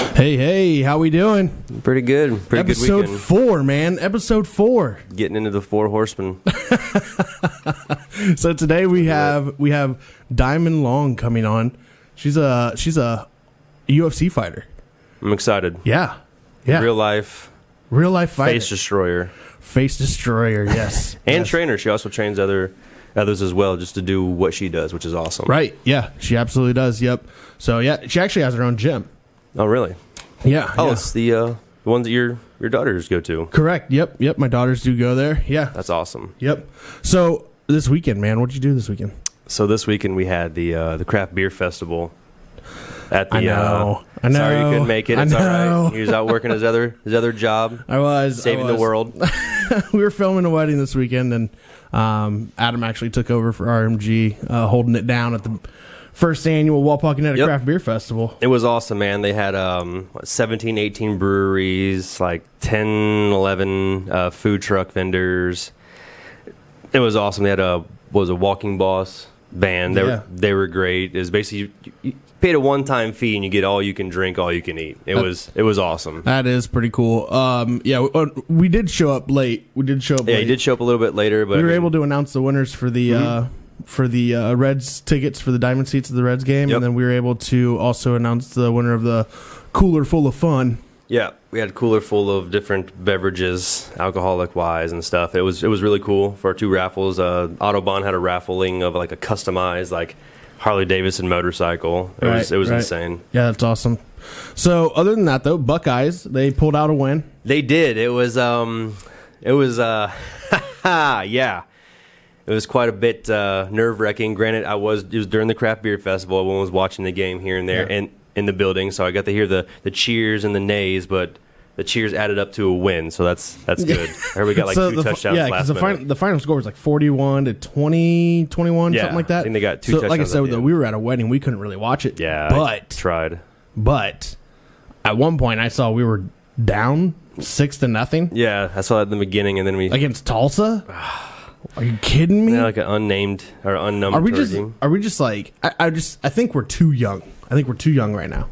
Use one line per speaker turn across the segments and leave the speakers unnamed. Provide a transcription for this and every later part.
Hey, hey, how we doing?
Pretty good. Pretty
Episode
good weekend.
four, man. Episode four.
Getting into the four horsemen.
So today we have we have Diamond Long coming on. She's a she's a UFC fighter.
I'm excited.
Yeah, yeah.
Real
Real,
life
life fighter.
face destroyer
Face destroyer. Yes.
and
Yes.
trainer. She also trains other others as well, just to do what she does, which is awesome.
Right. Yeah. She absolutely does. Yep. So yeah, she actually has her own gym.
Oh, really?
Yeah.
Oh,
yeah.
it's the uh, the ones that your your daughters go to.
correct. Yep. Yep. My daughters do go there. Yeah.
That's awesome.
Yep. So this weekend, man, what'd you do this weekend?
So this weekend we had the uh, the craft beer festival. At the
I know.
Uh,
I know.
Sorry you couldn't make it.
I
It's all
know.
right. He was out working his other his other job,
I was I
saving the
was.
world.
we were filming a wedding this weekend, and um, Adam actually took over for RMG, uh, holding it down at the first annual Walpaw Kinetic
Yep.
Craft Beer Festival.
It was awesome, man. They had um, what, 17, 18 breweries, like 10, 11 uh, food truck vendors. It was awesome. They had a what was a Walking Boss band. They
Yeah.
were they were great. It was basically you, you paid a one time fee and you get all you can drink, all you can eat. It was it was awesome.
That is pretty cool. Um, yeah, we, uh, we did show up late. We did show up.
yeah,
late.
you did show up a little bit later, but
We
I
were
mean,
able to announce the winners for the uh, for the uh, Reds tickets for the Diamond seats of the Reds game,
Yep.
and then we were able to also announce the winner of the Cooler Full of Fun.
Yeah, we had a cooler full of different beverages, alcoholic wise and stuff. It was it was really cool for our two raffles. Uh, Autobahn had a raffling of like a customized like Harley Davidson motorcycle. It was
Right,
it was
right.
insane.
Yeah, that's awesome. So, other than that, though, Buckeyes they pulled out a win.
They did. It was um it was uh yeah. It was quite a bit uh, nerve wracking. Granted, I was it was during the craft beer festival. Everyone was watching the game here and there
Yeah.
and in the building, so I got to hear the, the cheers and the nays, but the cheers added up to a win, so that's that's good. I heard we got like two
the, fi-
touchdowns
Yeah,
last
the,
minute.
final the final score was like 41 to 20, 21,
Yeah,
something like that.
I think they got two
so, Like I
touchdowns at
said,
the
though,
end.
we were at a wedding. We couldn't really watch it.
Yeah, I
But,
tried.
but at one point, I saw we were down six to nothing
Yeah, I saw that in the beginning, and then we
against Tulsa. Are you kidding me?
had like an unnamed or unnumbered
are we just,
team.
are we just like, I, I just, I think we're too young. I think we're too young right now.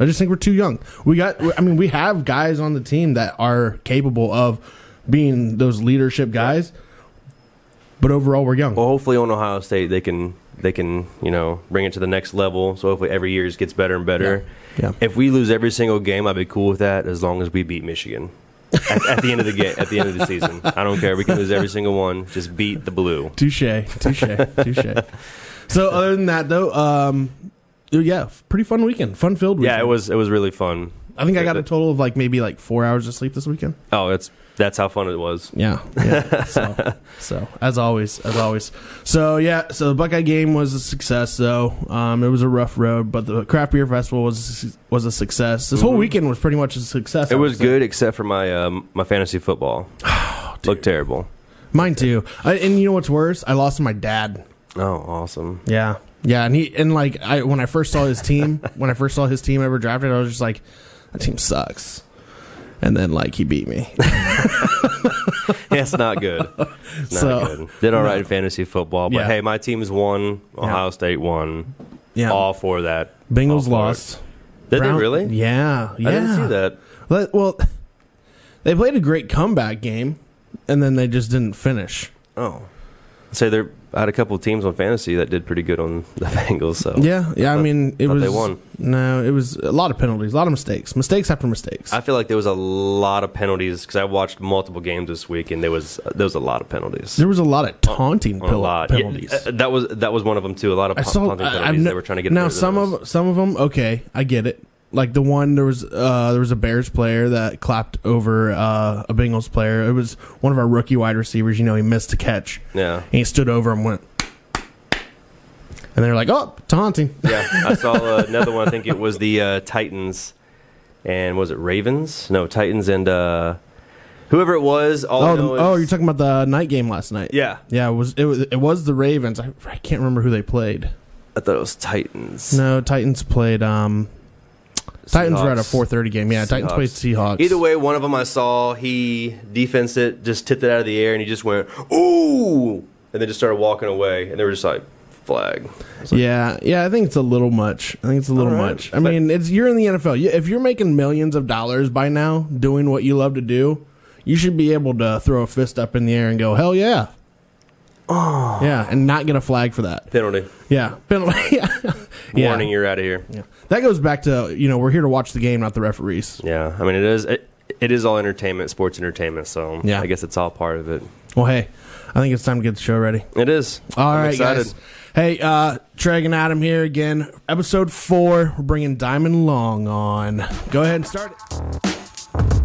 I just think we're too young. We got, I mean, we have guys on the team that are capable of being those leadership guys, but overall, we're young.
Well, hopefully on Ohio State they can they can you know bring it to the next level. So hopefully every year it gets better and better.
Yeah. Yeah.
If we lose every single game, I'd be cool with that as long as we beat Michigan. at, at the end of the game, at the end of the season, I don't care. We can lose every single one. Just beat the blue.
Touche, touche, touche. So other than that, though, um, yeah, pretty fun weekend, fun filled weekend.
Yeah, it was it was really fun.
I think I got a total of like maybe like four hours of sleep this weekend.
Oh, that's that's how fun it was.
Yeah, yeah. so, so as always, as always. So yeah, so the Buckeye game was a success, though. Um, it was a rough road, but the craft beer festival was was a success. This whole weekend was pretty much a success.
Mm-hmm. It
I would
was
say.
good except for my um, my fantasy football.
Oh,
Looked terrible.
Mine too. I, and you know what's worse? I lost to my dad.
Oh, awesome.
Yeah, yeah, and he and like I when I first saw his team, when I first saw his team ever drafted, I was just like, that team sucks. And then like he beat me.
That's not good. Not
So-
good. Did all right in fantasy football, but
Yeah.
hey, my team's won. Ohio State won.
Yeah,
All for that. All
Bengals
for it.
lost.
Did
Brown-
they really?
Yeah, yeah.
I didn't see that.
Let- well, they played a great comeback game, and then they just didn't finish.
Oh. Say there. I had a couple of teams on fantasy that did pretty good on the Bengals. So
Yeah, yeah. I mean, it
Thought
was
they won.
No, it was a lot of penalties, a lot of mistakes, mistakes after mistakes.
I feel like there was a lot of penalties because I watched multiple games this week and there was there was a lot of penalties.
there was a lot of taunting
Oh, a
pel-
lot. Yeah,
penalties.
uh, that was that was one of them too. A lot of
I
pun-
saw.
punting
I,
penalties.
I've ne-
they were trying to get
now
rid of
some
those.
of some of them. Okay, I get it. Like the one there was uh, there was a Bears player that clapped over uh, a Bengals player. It was one of our rookie wide receivers. You know, he missed a catch.
Yeah.
and he stood over him and went, and they're like, "Oh, taunting."
Yeah, I saw uh, another one. I think it was the uh, Titans and was it Ravens? No, Titans and uh, whoever it was. All I
Oh, the,
know is,
oh, you're talking about the night game last night.
yeah.
yeah. It was it was it was the Ravens. I, I can't remember who they played.
I thought it was Titans.
No, Titans played. Um, Titans were at a
Seahawks.
4:30 game. Yeah, Titans
Seahawks.
played Seahawks.
Either way, one of them I saw he defensed it, just tipped it out of the air, and he just went ooh, and then just started walking away, and they were just like, flag. It's like,
Yeah, yeah, I think it's a little much. I think it's a little
All right.
much. I
But-
mean, it's you're in the NFL. You- If you're making millions of dollars by now doing what you love to do, you should be able to throw a fist up in the air and go, "Hell yeah!" Oh, yeah, and not get a flag for that.
penalty.
Yeah, penalty. yeah.
Warning, you're out of here.
Yeah. That goes back to you know we're here to watch the game, not the referees.
Yeah, I mean it is it, it is all entertainment, sports entertainment. So
Yeah.
I guess it's all part of it.
Well, hey, I think it's time to get the show ready.
It is.
All
I'm
right,
excited.
guys. Hey, uh, Treg and Adam here again. Episode four. We're bringing Diamond Long on. Go ahead and start it.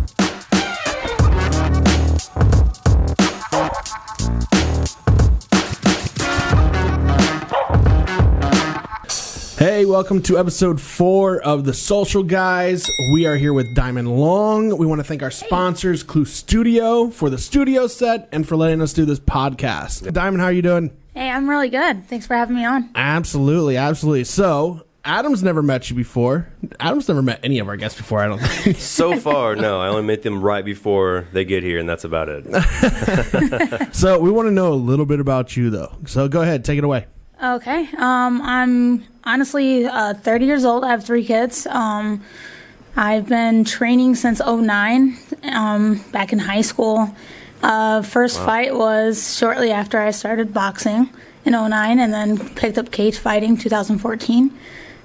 Hey, welcome to episode four of The Social Guys. We are here with Diamond Long. We want to thank our sponsors, Clue Studio, for the studio set and for letting us do this podcast. Diamond, how are you doing?
Hey, I'm really good. Thanks for having me on.
Absolutely, absolutely. So, Adam's never met you before. Adam's never met any of our guests before, I don't think.
So far, no, I only meet them right before they get here, and that's about it.
so, we want to know a little bit about you, though. So, go ahead, take it away.
Okay. Um, I'm honestly uh, 30 years old. I have three kids. Um, I've been training since 09, um, back in high school. Uh, first fight was shortly after I started boxing in 09 and then picked up cage fighting 2014.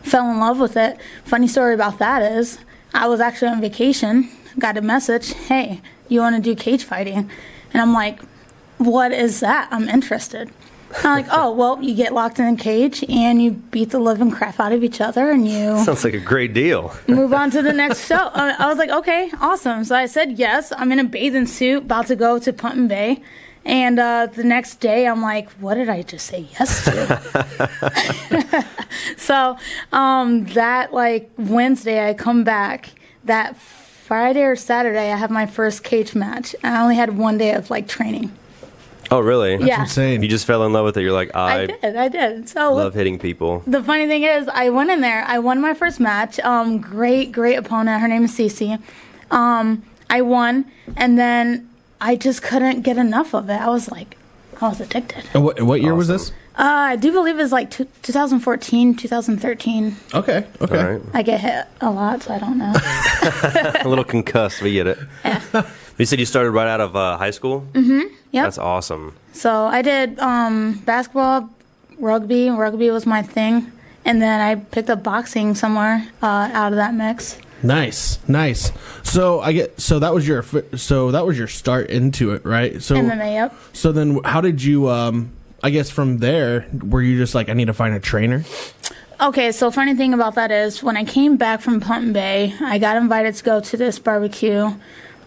Fell in love with it. Funny story about that is I was actually on vacation, got a message, hey, you want to do cage fighting? And I'm like, what is that? I'm interested. I'm like, oh, well, you get locked in a cage and you beat the living crap out of each other and you
Sounds like a great deal.
move on to the next show. I I was like, okay, awesome. So I said yes. I'm in a bathing suit, about to go to Punton Bay. And uh, the next day, I'm like, what did I just say yes to? so um, that, like, Wednesday, I come back. That Friday or Saturday, I have my first cage match. And I only had one day of, like, training.
Oh, really?
Yeah.
Insane.
You just fell in love with it. You're like, I,
I did. I did. So
love hitting people.
the funny thing is, I went in there. I won my first match. Um, great, great opponent. Her name is Cece. Um, I won, and then I just couldn't get enough of it. I was like, I was addicted.
And what, what year was this?
Awesome.
Uh, I do believe it's like two 2014, 2013.
Okay, okay.
All right.
I get hit a lot, so I don't know.
a little concussed. We get it. you said you started right out of uh, high school? Mm-hmm.
Yep.
That's awesome.
So I did um, basketball, rugby. Rugby was my thing, and then I picked up boxing somewhere uh, out of that mix.
Nice, nice. So I get so that was your fi- so that was your start into it, right? So
MMA, yep.
so then how did you um I guess from there were you just like I need to find a trainer?
Okay, so funny thing about that is when I came back from Pump Bay, I got invited to go to this barbecue.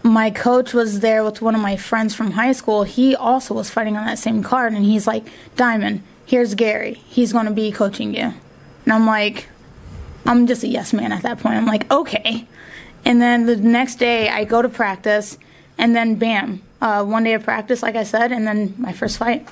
My coach was there with one of my friends from high school. He also was fighting on that same card, and he's like, "Diamond, here's Gary. He's going to be coaching you." And I'm like, I'm just a yes man at that point. I'm like, okay. And then the next day, I go to practice, and then bam, uh, one day of practice, like I said, and then my first fight.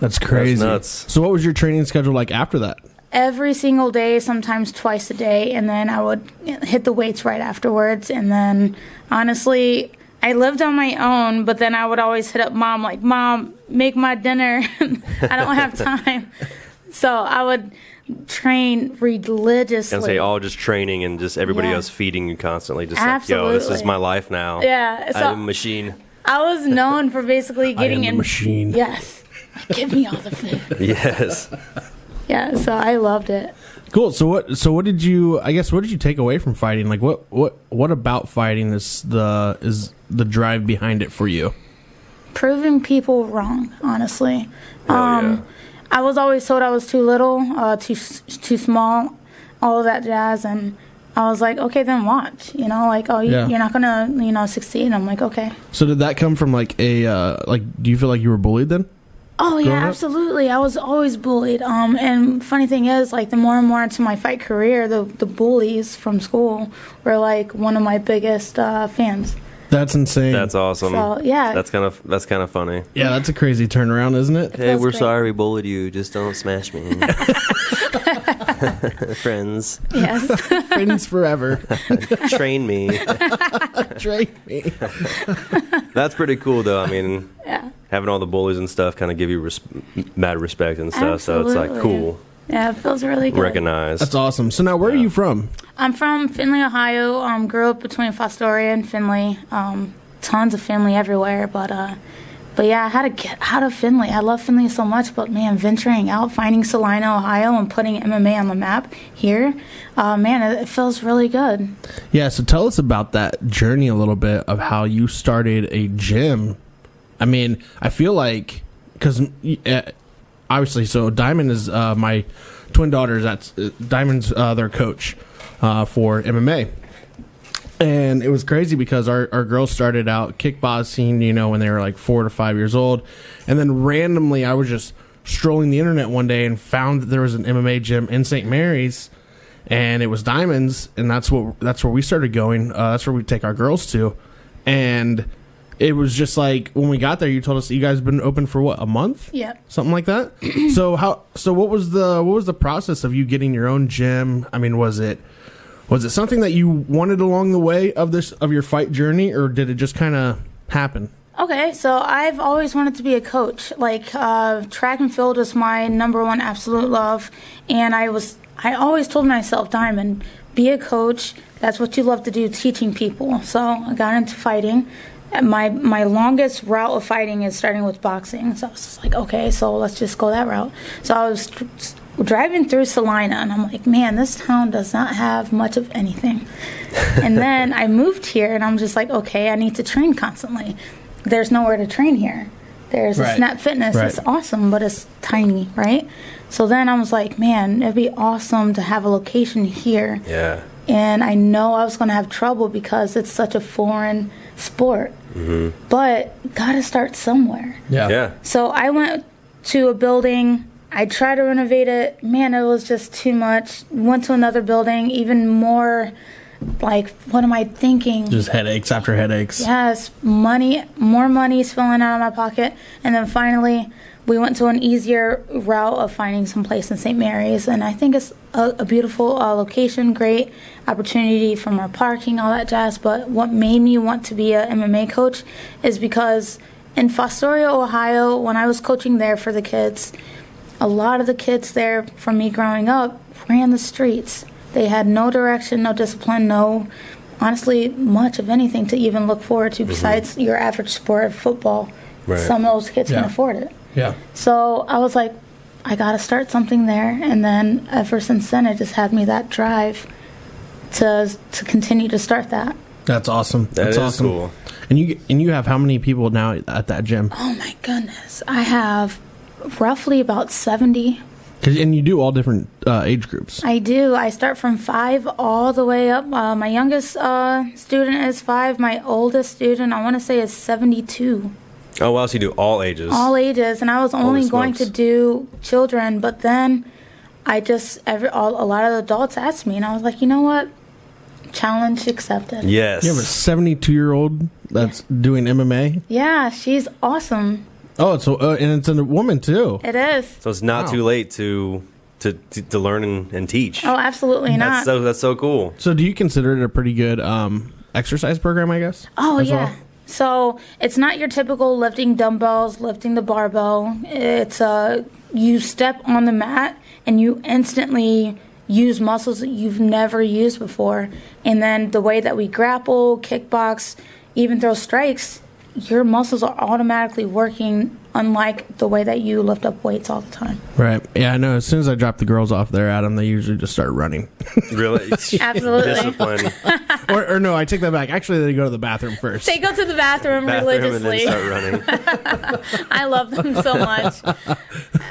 That's crazy.
nuts.
So what was your training schedule like after that?
every single day, sometimes twice a day, and then I would hit the weights right afterwards. And then, honestly, I lived on my own, but then I would always hit up mom, like, Mom, make my dinner. I don't have time. So I would train religiously.
And say, all just training and just everybody
Yeah.
else feeding you constantly. Just like, yo, this is
Absolutely.
my life now.
Yeah, so-
I'm a machine.
I was known for basically getting
the
in
machine.
Yes. Like, Give me all the food.
Yes.
Yeah, so I loved it.
Cool. So what? So what did you? I guess what did you take away from fighting? Like what? What? What about fighting is the is the drive behind it for you?
Proving people wrong, honestly.
Hell
Um,
yeah.
I was always told I was too little, uh, too s- too small, all of that jazz, and I was like, okay, then watch. You know, like, oh, you,
Yeah.
you're not gonna, you know, succeed. I'm like, okay.
So did that come from like a uh, like? Do you feel like you were bullied then?
Oh
Growing
yeah,
up?
absolutely. I was always bullied. Um, and funny thing is, like, the more and more into my fight career, the the bullies from school were like one of my biggest uh, fans.
That's insane.
That's awesome.
So, yeah.
That's kind of that's kind of funny.
yeah, that's a crazy turnaround, isn't it?
Hey,
Feels
we're
great.
sorry we bullied you. Just don't smash me. Friends,
Yes.
Friends forever.
train me.
Drake me.
That's pretty cool, though. I mean,
yeah.
having all the bullies and stuff kind of give you res- mad respect and stuff. So it's like
Absolutely.
cool,
Yeah, it feels really good.
recognized.
That's awesome. So now, where are you from?
I'm from Findlay, Ohio. Um, grew up between Fostoria and Findlay. Um, tons of family everywhere, but uh, but yeah, I had to get out of Findlay. I love Findlay so much, but man, venturing out, finding Salina, Ohio, and putting MMA on the map here, uh, man, it, it feels really good.
Yeah. So tell us about that journey a little bit of how you started a gym. I mean, I feel like because obviously, so Diamond is uh, my twin daughter's. That's uh, Diamond's uh, their coach uh, for MMA. and it was crazy because our, our girls started out kickboxing, you know, when they were like four to five years old. And then randomly, I was just strolling the internet one day and found that there was an MMA gym in St. Mary's and it was Diamonds. And that's what, that's where we started going. Uh, that's where we take our girls to. And it was just like, when we got there, you told us that you guys been open for what, a month?
Yep.
something like that. so how? So what was the what was the process of you getting your own gym? I mean, was it was it something that you wanted along the way of this of your fight journey, or did it just kind of happen?
Okay, so I've always wanted to be a coach. Like uh, track and field was my number one absolute love, and I was I always told myself, Diamond, be a coach. That's what you love to do, teaching people. So I got into fighting. And My my longest route of fighting is starting with boxing. So I was just like, okay, so let's just go that route. So I was tr- driving through Salina, and I'm like, man, this town does not have much of anything. and then I moved here, and I'm just like, okay, I need to train constantly. There's nowhere to train here. There's
Right.
a Snap Fitness. It's
Right.
awesome, but it's tiny, right? So then I was like, man, it'd be awesome to have a location here.
yeah,
And I know I was going to have trouble because it's such a foreign sport. But got to start somewhere.
yeah.
So I went to a building. I tried to renovate it. Man, it was just too much. Went to another building, even more like, what am I thinking?
Just headaches after headaches.
Yes, money, more money spilling out of my pocket. And then finally, we went to an easier route of finding some place in St. Mary's. And I think it's a, a beautiful uh, location, great opportunity from our parking, all that jazz. But what made me want to be a MMA coach is because in Fostoria, Ohio, when I was coaching there for the kids, a lot of the kids there from me growing up ran the streets. They had no direction, no discipline, no honestly much of anything to even look forward to besides your average sport of football.
Right.
Some of those kids
Yeah.
can afford it.
Yeah.
So I was like, I got to start something there. And then ever since then, it just had me that drive to to continue to start that.
That's awesome. That's
is
awesome.
cool.
And you and you have how many people now at that gym?
Oh my goodness. I have roughly about 70
'Cause- And you do all different uh, age groups.
I do. I start from five all the way up. Uh, my youngest uh, student is five. My oldest student, I want to say, is 72.
Oh wow, so you do all ages.
All ages. And I was only
Holy
going to
smokes.
do children, but then I just, every, all, a lot of adults asked me, and I was like, you know what? Challenge accepted.
yes.
You have a seventy-two-year-old that's doing MMA.
Yeah, she's awesome.
Oh, so uh, and it's a woman too.
It is.
so it's not
Wow.
too late to to to, to learn and, and teach.
Oh, absolutely
that's
not.
so that's so cool.
So do you consider it a pretty good um, exercise program? I guess.
Oh
as
yeah.
well?
So it's not your typical lifting dumbbells, lifting the barbell. It's uh, you step on the mat and you instantly use muscles that you've never used before. And then the way that we grapple, kickbox, even throw strikes, your muscles are automatically working unlike the way that you lift up weights all the time.
Right. Yeah, I know. As soon as I drop the girls off there, Adam, they usually just start running.
Really,
Absolutely.
discipline.
or, or no, I take that back. Actually, they go to the bathroom first.
They go to the bathroom,
Bathroom and then
religiously.
start running.
I love them so much.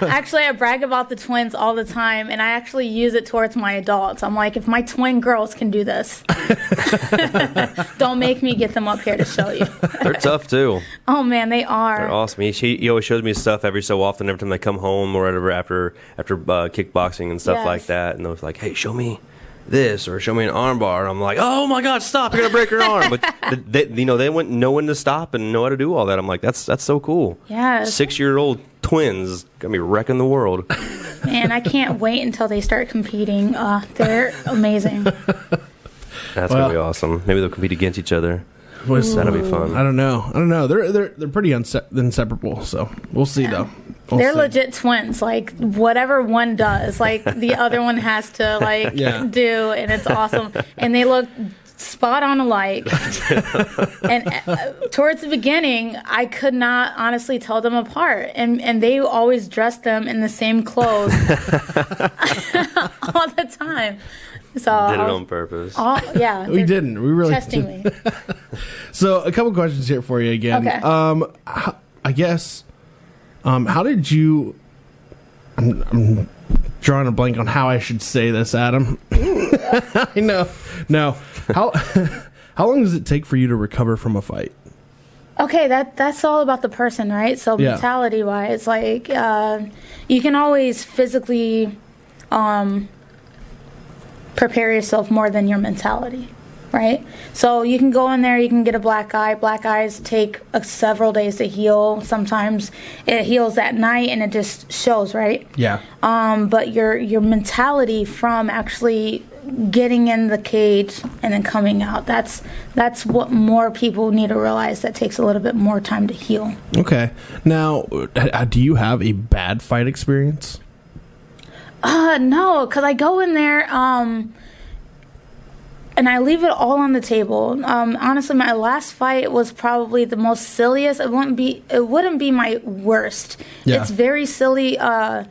actually, I brag about the twins all the time, and I actually use it towards my adults. I'm like, if my twin girls can do this, don't make me get them up here to show you.
They're tough too.
Oh man, they
They're
are.
awesome. He, she, he always shows me stuff every so often. Every time I come home or whatever after after uh, kickboxing and stuff
Yes.
like that, and they was like, "Hey, show me this or show me an armbar." And I'm like, "Oh my God, stop! You're gonna break your arm!" But th- they, you know, they went know when to stop and know how to do all that. I'm like, "That's that's so cool."
Yes.
six year old twins gonna be wrecking the world.
And I can't wait until they start competing. Uh, they're amazing.
That's
Well-
gonna be awesome. Maybe they'll compete against each other.
Was,
That'll be fun.
I don't know. I don't know. They're they're they're pretty unse- inseparable. So we'll see though. We'll
They're
see.
legit twins. Like whatever one does, like the other one has to like
Yeah.
do, and it's awesome. and they look spot on alike. and uh, towards the beginning, I could not honestly tell them apart. And and they always dressed them in the same clothes all the time.
Did it
So I was-
on purpose.
all, yeah,
We
they're
didn't. We really
testing me.
So a couple questions here for you again.
Okay.
Um, h- I guess. Um, how did you? I'm, I'm drawing a blank on how I should say this, Adam. I know. No. How how long does it take for you to recover from a fight?
Okay, that that's all about the person, right? So
Yeah.
mentality wise, like uh, you can always physically um, prepare yourself more than your mentality, right? So you can go in there, you can get a black eye. Black eyes take uh, several days to heal. Sometimes it heals at night, and it just shows, right?
Yeah.
um, but your your mentality from actually getting in the cage and then coming out that's that's what more people need to realize that takes a little bit more time to heal
Okay. Now, h- h- do you have a bad fight experience?
uh no because i go in there um and i leave it all on the table um honestly my last fight was probably the most silliest it wouldn't be it wouldn't be my worst
Yeah.
it's very silly uh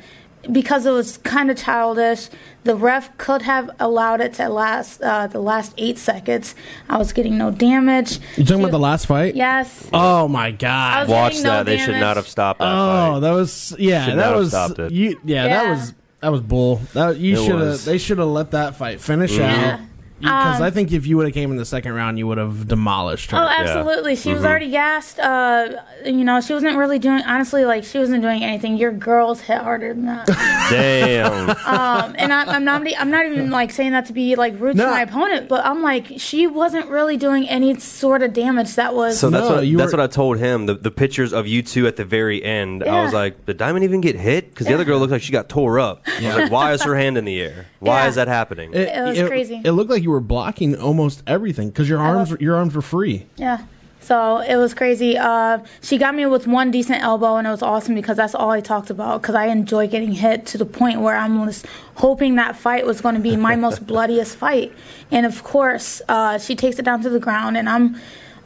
because it was kind of childish the ref could have allowed it to last uh, the last eight seconds i was getting no damage
You talking about the last fight?
yes
Oh my god.
I was
Watch
getting
that.
no
They should
damage.
not have stopped that
Oh,
fight.
that was yeah.
Should not
that
have
was
stopped it.
you. Yeah, that
Yeah.
was that was bull. That you
It
should have.
was. Mm-hmm.
They should have let that fight finish
Yeah.
out because
Um,
I think if you would have came in the second round, you would have demolished her.
Oh, absolutely. She
Mm-hmm.
was already gassed. Uh, you know, she wasn't really doing. Honestly, like she wasn't doing anything. Your girls hit harder than that.
Damn.
um, and I, I'm not. I'm not even like saying that to be like rude
No.
to my opponent, but I'm like she wasn't really doing any sort of damage. That was
So that's
No,
what
you
that's
were-
what I told him. The, the pictures of you two at the very end. I was
Yeah.
like, did Diamond even get hit? Because the other girl looked like she got tore up. I was like, why is her hand in the air? Why
Yeah.
is that happening?
it,
Oh, was crazy.
It looked like you were blocking almost everything because your arms
love-
your arms were free.
yeah. So it was crazy. Uh, she got me with one decent elbow, and it was awesome because that's all I talked about. Because I enjoy getting hit to the point where I'm just hoping that fight was going to be my most bloodiest fight. And of course, uh, she takes it down to the ground, and I'm,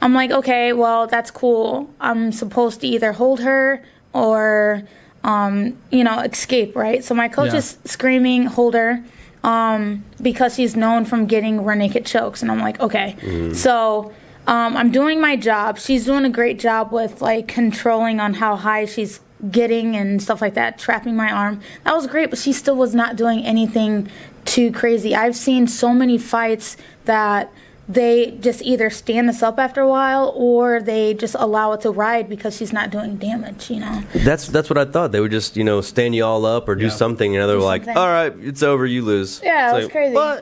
I'm like, okay, well, that's cool. I'm supposed to either hold her or, um, you know, escape, right? So my coach
Yeah.
is screaming, hold her um, because she's known from getting rear naked chokes. And I'm like, okay. So um, I'm doing my job. She's doing a great job with like controlling on how high she's getting and stuff like that, trapping my arm. That was great, but she still was not doing anything too crazy. I've seen so many fights that they just either stand us up after a while or they just allow it to ride because she's not doing damage, you know?
That's that's what I thought. They would just you know stand you all up or do something. And they were like,
something.
all right, it's over. You lose.
Yeah,
It's
it was crazy. Oh.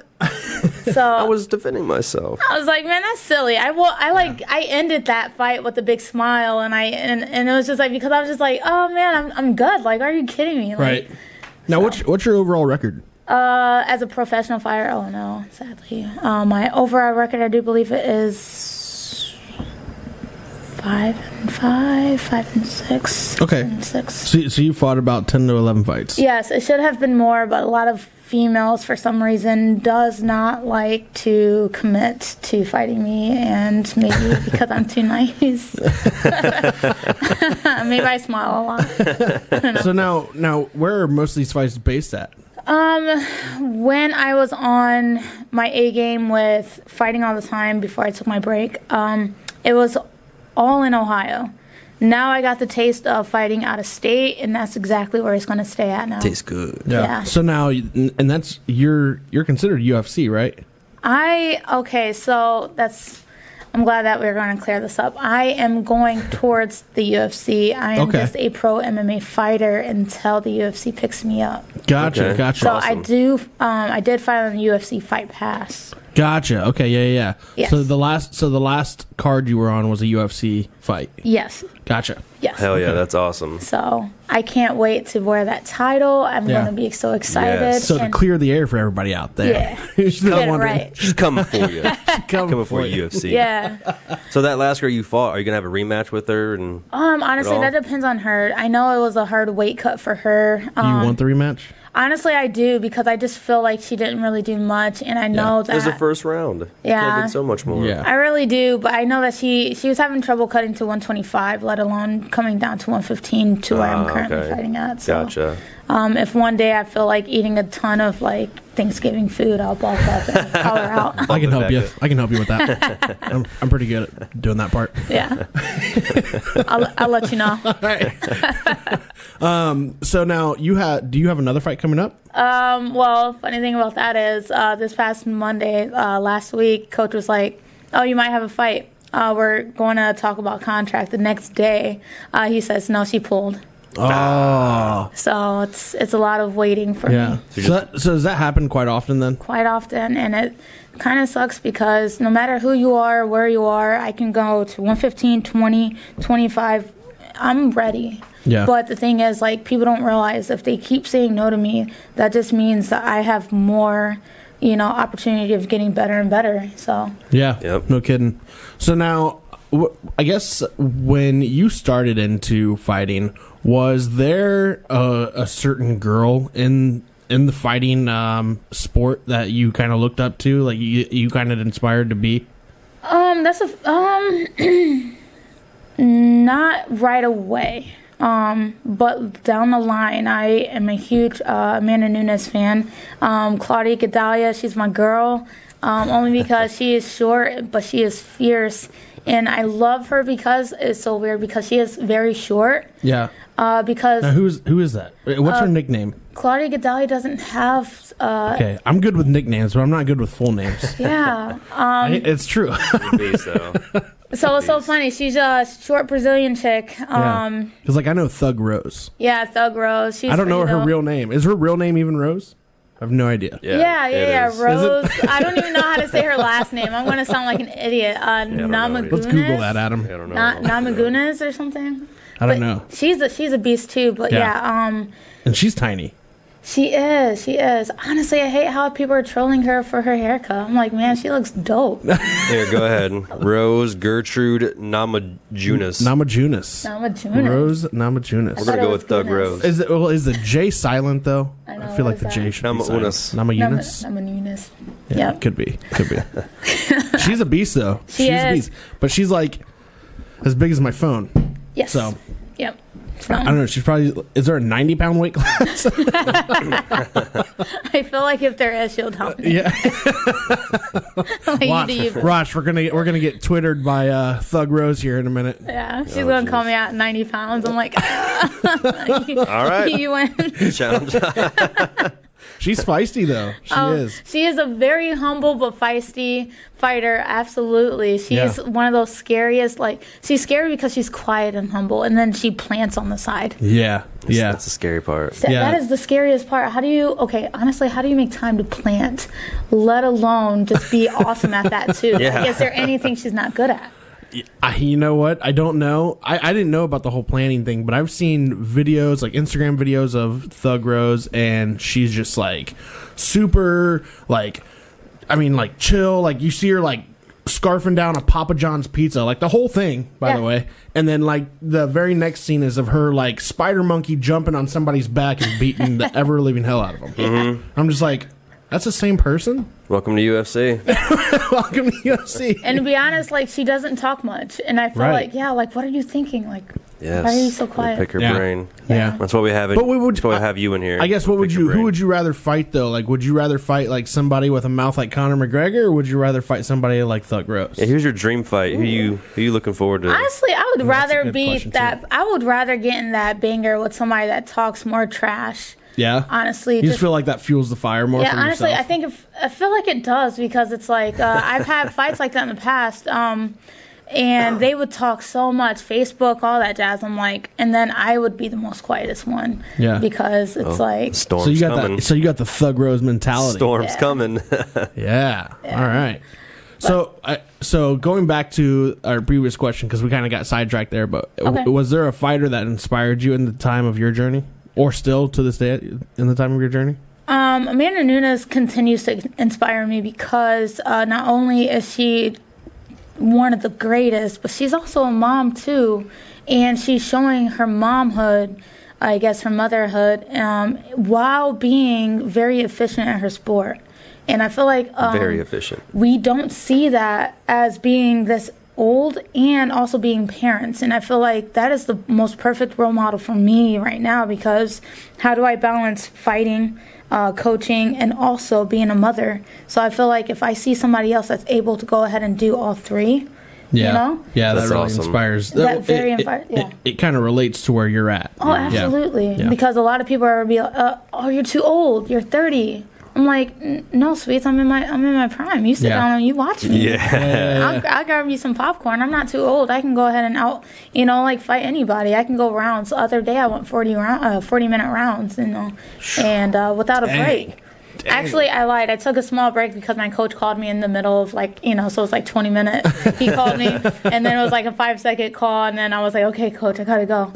What?
So
I was defending myself.
I was like, man, that's silly. I will, I like I ended that fight with a big smile, and I and, and it was just like because I was just like, oh man, I'm I'm good. Like, are you kidding me? Like,
Now, what's what's your overall record?
Uh, as a professional fighter, oh no, sadly, uh, my overall record, I do believe it is five and five, five and six. six
Okay.
and six.
So, so you fought about ten to eleven fights.
Yes, it should have been more, but a lot of females, for some reason, does not like to commit to fighting me, and maybe because I'm too nice, maybe I smile a lot.
So now now where are most of these fights based at?
Um, when I was on my A game with fighting all the time before I took my break, um, it was all in Ohio. Now I got the taste of fighting out of state, and that's exactly where it's going to stay at now.
Tastes good.
Yeah.
So now you- and that's you're you're considered UFC, right?
I okay, so that's I'm glad that we are going to clear this up. I am going towards the UFC. I am
Okay.
just a pro MMA fighter until the UFC picks me up.
Gotcha.
Okay.
Gotcha.
So I
Awesome.
do um I did fight on the UFC Fight Pass.
Gotcha. Okay. Yeah. Yeah. yeah.
Yes.
So the last, so the last card you were on was a UFC fight.
Yes.
Gotcha.
Yes.
Hell yeah, that's awesome.
So I can't wait to wear that title. I'm
Yeah.
going to be so excited.
Yes.
So to
and-
clear the air for everybody out there,
Yeah.
who's still
Get it
wondering,
right.
She's coming for you.
coming,
coming for you, UFC.
Yeah.
So that last girl you fought, are you gonna have a rematch with her? And
Um, honestly,
all?
that depends on her. I know it was a hard weight cut for her.
You
Um,
want the rematch?
honestly, I do because I just feel like she didn't really do much, and I know
it was the
that
first round. You could've
Yeah.
done so much more.
Yeah.
I really do. But I know that she she was having trouble cutting to 125, let alone coming down to 115 to where I'm
Ah,
currently
okay.
fighting at. So,
Gotcha.
um, if one day I feel like eating a ton of like Thanksgiving food, I'll bulk up and call her out.
I can help
back
you.
up.
I can help you with that. I'm, I'm pretty good at doing that part.
Yeah, I'll, I'll let you know.
All right. um. So now you have. Do you have another fight coming up?
Um, well, funny thing about that is, uh, this past Monday, uh, last week, coach was like, "Oh, you might have a fight. Uh, we're going to talk about contract." The next day, uh, he says, "No, she pulled." Uh,
Oh.
So it's it's a lot of waiting for
Yeah.
me
So, that, so does that happen quite often then?
quite often, and it kind of sucks because no matter who you are, where you are, I can go to 115, 20, 25. I'm ready.
Yeah.
But the thing is, like, people don't realize if they keep saying no to me, that just means that I have more, you know, opportunity of getting better and better. So,
Yeah.
Yep.
No kidding. So now, wh- I guess when you started into fighting, was there a, a certain girl in in the fighting um, sport that you kind of looked up to, like you, you kind of inspired to be?
um, that's a, um, not right away. Um, but down the line, I am a huge uh, Amanda Nunes fan. Um, Claudia Gadalia, she's my girl, um, only because she is short, but she is fierce. And I love her because it's so weird because she is very short.
Yeah.
Uh, because
Now who's who is that? What's her nickname?
Claudia Gadelli doesn't have. Uh,
Okay, I'm good with nicknames, but I'm not good with full names.
yeah. Um,
I- it's true.
Beast, though.
so it's so funny. She's a short Brazilian chick. Um,
Um, because like I know Thug Rose.
yeah. Thug Rose. She's
I don't know
pretty
her
dope.
real name. Is her real name even Rose? I have no idea.
Yeah, yeah,
it
yeah.
is.
Rose. I don't even know how to say her last name. I'm going to sound like an idiot. Uh,
don't know either.
Namagunas.
Let's Google that, Adam.
I don't know.
Na- Namagunas or something.
I don't
But
know.
She's a she's a beast too. But
Yeah.
yeah um,
And she's tiny.
She is. She is. Honestly, I hate how people are trolling her for her haircut. I'm like, man, she looks dope.
Here, go ahead. Rose Gertrude Namajunas.
Namajunas.
Namagunas.
Rose
We're
Namajunas.
gonna
I thought it
go
was
with Thug
Gunas.
Rose.
Is the, well, is the J silent though?
I know,
feel like
what is
the
that?
J should be silent.
Namajunas.
Namajunas.
Namagunas.
Yeah,
Yep.
could be, could be. she's a beast though.
She
she's a
is.
beast, but she's like as big as my phone.
Yes.
So
Yep.
I don't know. She's probably. Is there a 90 pound weight class?
I feel like if there is, she'll tell me.
yeah.
Like, you
Watch,
do you-
Rosh, we're gonna get, we're gonna get twittered by uh, Thug Rose here in a minute.
Yeah, she's
Oh,
gonna call
jeez.
me out 90 pounds. I'm like,
All right.
you win.
Challenge.
She's feisty though. She
Um,
is.
She is a very humble but feisty fighter. Absolutely, she's
Yeah.
one of those scariest. Like she's scary because she's quiet and humble, and then she plants on the side.
Yeah, yeah.
That's the scary part.
Th-
Yeah.
That is the scariest part. How do you, okay, honestly, how do you make time to plant, let alone just be awesome at that too?
Yeah.
Like, is there anything she's not good at?
I, you know what? I don't know. I, I didn't know about the whole planning thing, but I've seen videos, like Instagram videos of Thug Rose, and she's just like super, like, I mean, like chill. Like, you see her like scarfing down a Papa John's pizza, like the whole thing, by the
Yeah.
way. And then, like, the very next scene is of her, like, spider monkey jumping on somebody's back and beating the ever living hell out of them. I'm just like, that's the same person?
Welcome to UFC.
Welcome to UFC.
And to be honest, like she doesn't talk much. And I feel
Right.
like, yeah, like what are you thinking? Like,
Yes.
why are you so
We'll
quiet?
Pick her
Yeah.
brain.
yeah.
That's why we have it.
But we would-
That's why we
I-
have you in here.
I guess what would
Pick your
you? Who
brain.
would you rather fight though? Like, would you rather fight like somebody with a mouth like Conor McGregor, or would you rather fight somebody like Thug Rose?
Yeah, here's your dream fight. Who you who you looking forward to?
Honestly, I would rather
good
be
question,
that. I would rather get in that banger with somebody that talks more trash.
Yeah?
Honestly,
you just feel like that fuels the fire more.
yeah.
for
Honestly,
yourself.
I think if, I feel like it does because it's like uh, I've had fights like that in the past. Um, and they would talk so much Facebook, all that jazz. I'm like, and then I would be the most quietest one,
Yeah.
because it's like
Storm's
so you got
coming.
that. So you got the thug rose mentality.
Storm's
Yeah.
coming.
Yeah. All right. So, I, so going back to our previous question because we kind of got sidetracked there, but w-
Okay.
was there a fighter that inspired you in the time of your journey, or still to this day in the time of your journey?
Um, Amanda Nunes continues to inspire me because uh, not only is she one of the greatest, but she's also a mom too, and she's showing her momhood, I guess her motherhood, um, while being very efficient at her sport. And I feel like um,
Very efficient.
we don't see that as being this old and also being parents. And I feel like that is the most perfect role model for me right now because how do I balance fighting, uh, coaching, and also being a mother? So I feel like if I see somebody else that's able to go ahead and do all
Mm,
three, you know?
yeah, that
That's
really
awesome.
inspires.
That very
it, it,
invi- yeah.
it, kind of relates to where you're at.
Oh, absolutely.
Yeah.
Because a lot of people are be like, uh, "Oh, you're too old. You're 30." I'm like, "N- "No, sweets. I'm in my I'm in my prime. You sit
Yeah.
down and you watch me. I'll, I'll grab you some popcorn. I'm not too old. I can go ahead and out, you know, like fight anybody. I can go rounds. The other day I went 40 round, uh, 40 minute rounds, you know, and uh, without a
Dang.
break. Actually, I lied. I took a small break because my coach called me in the middle of like, you know, so it was like 20 minutes. He called me, and then it was like a five second call, and then I was like, okay, coach, I gotta go.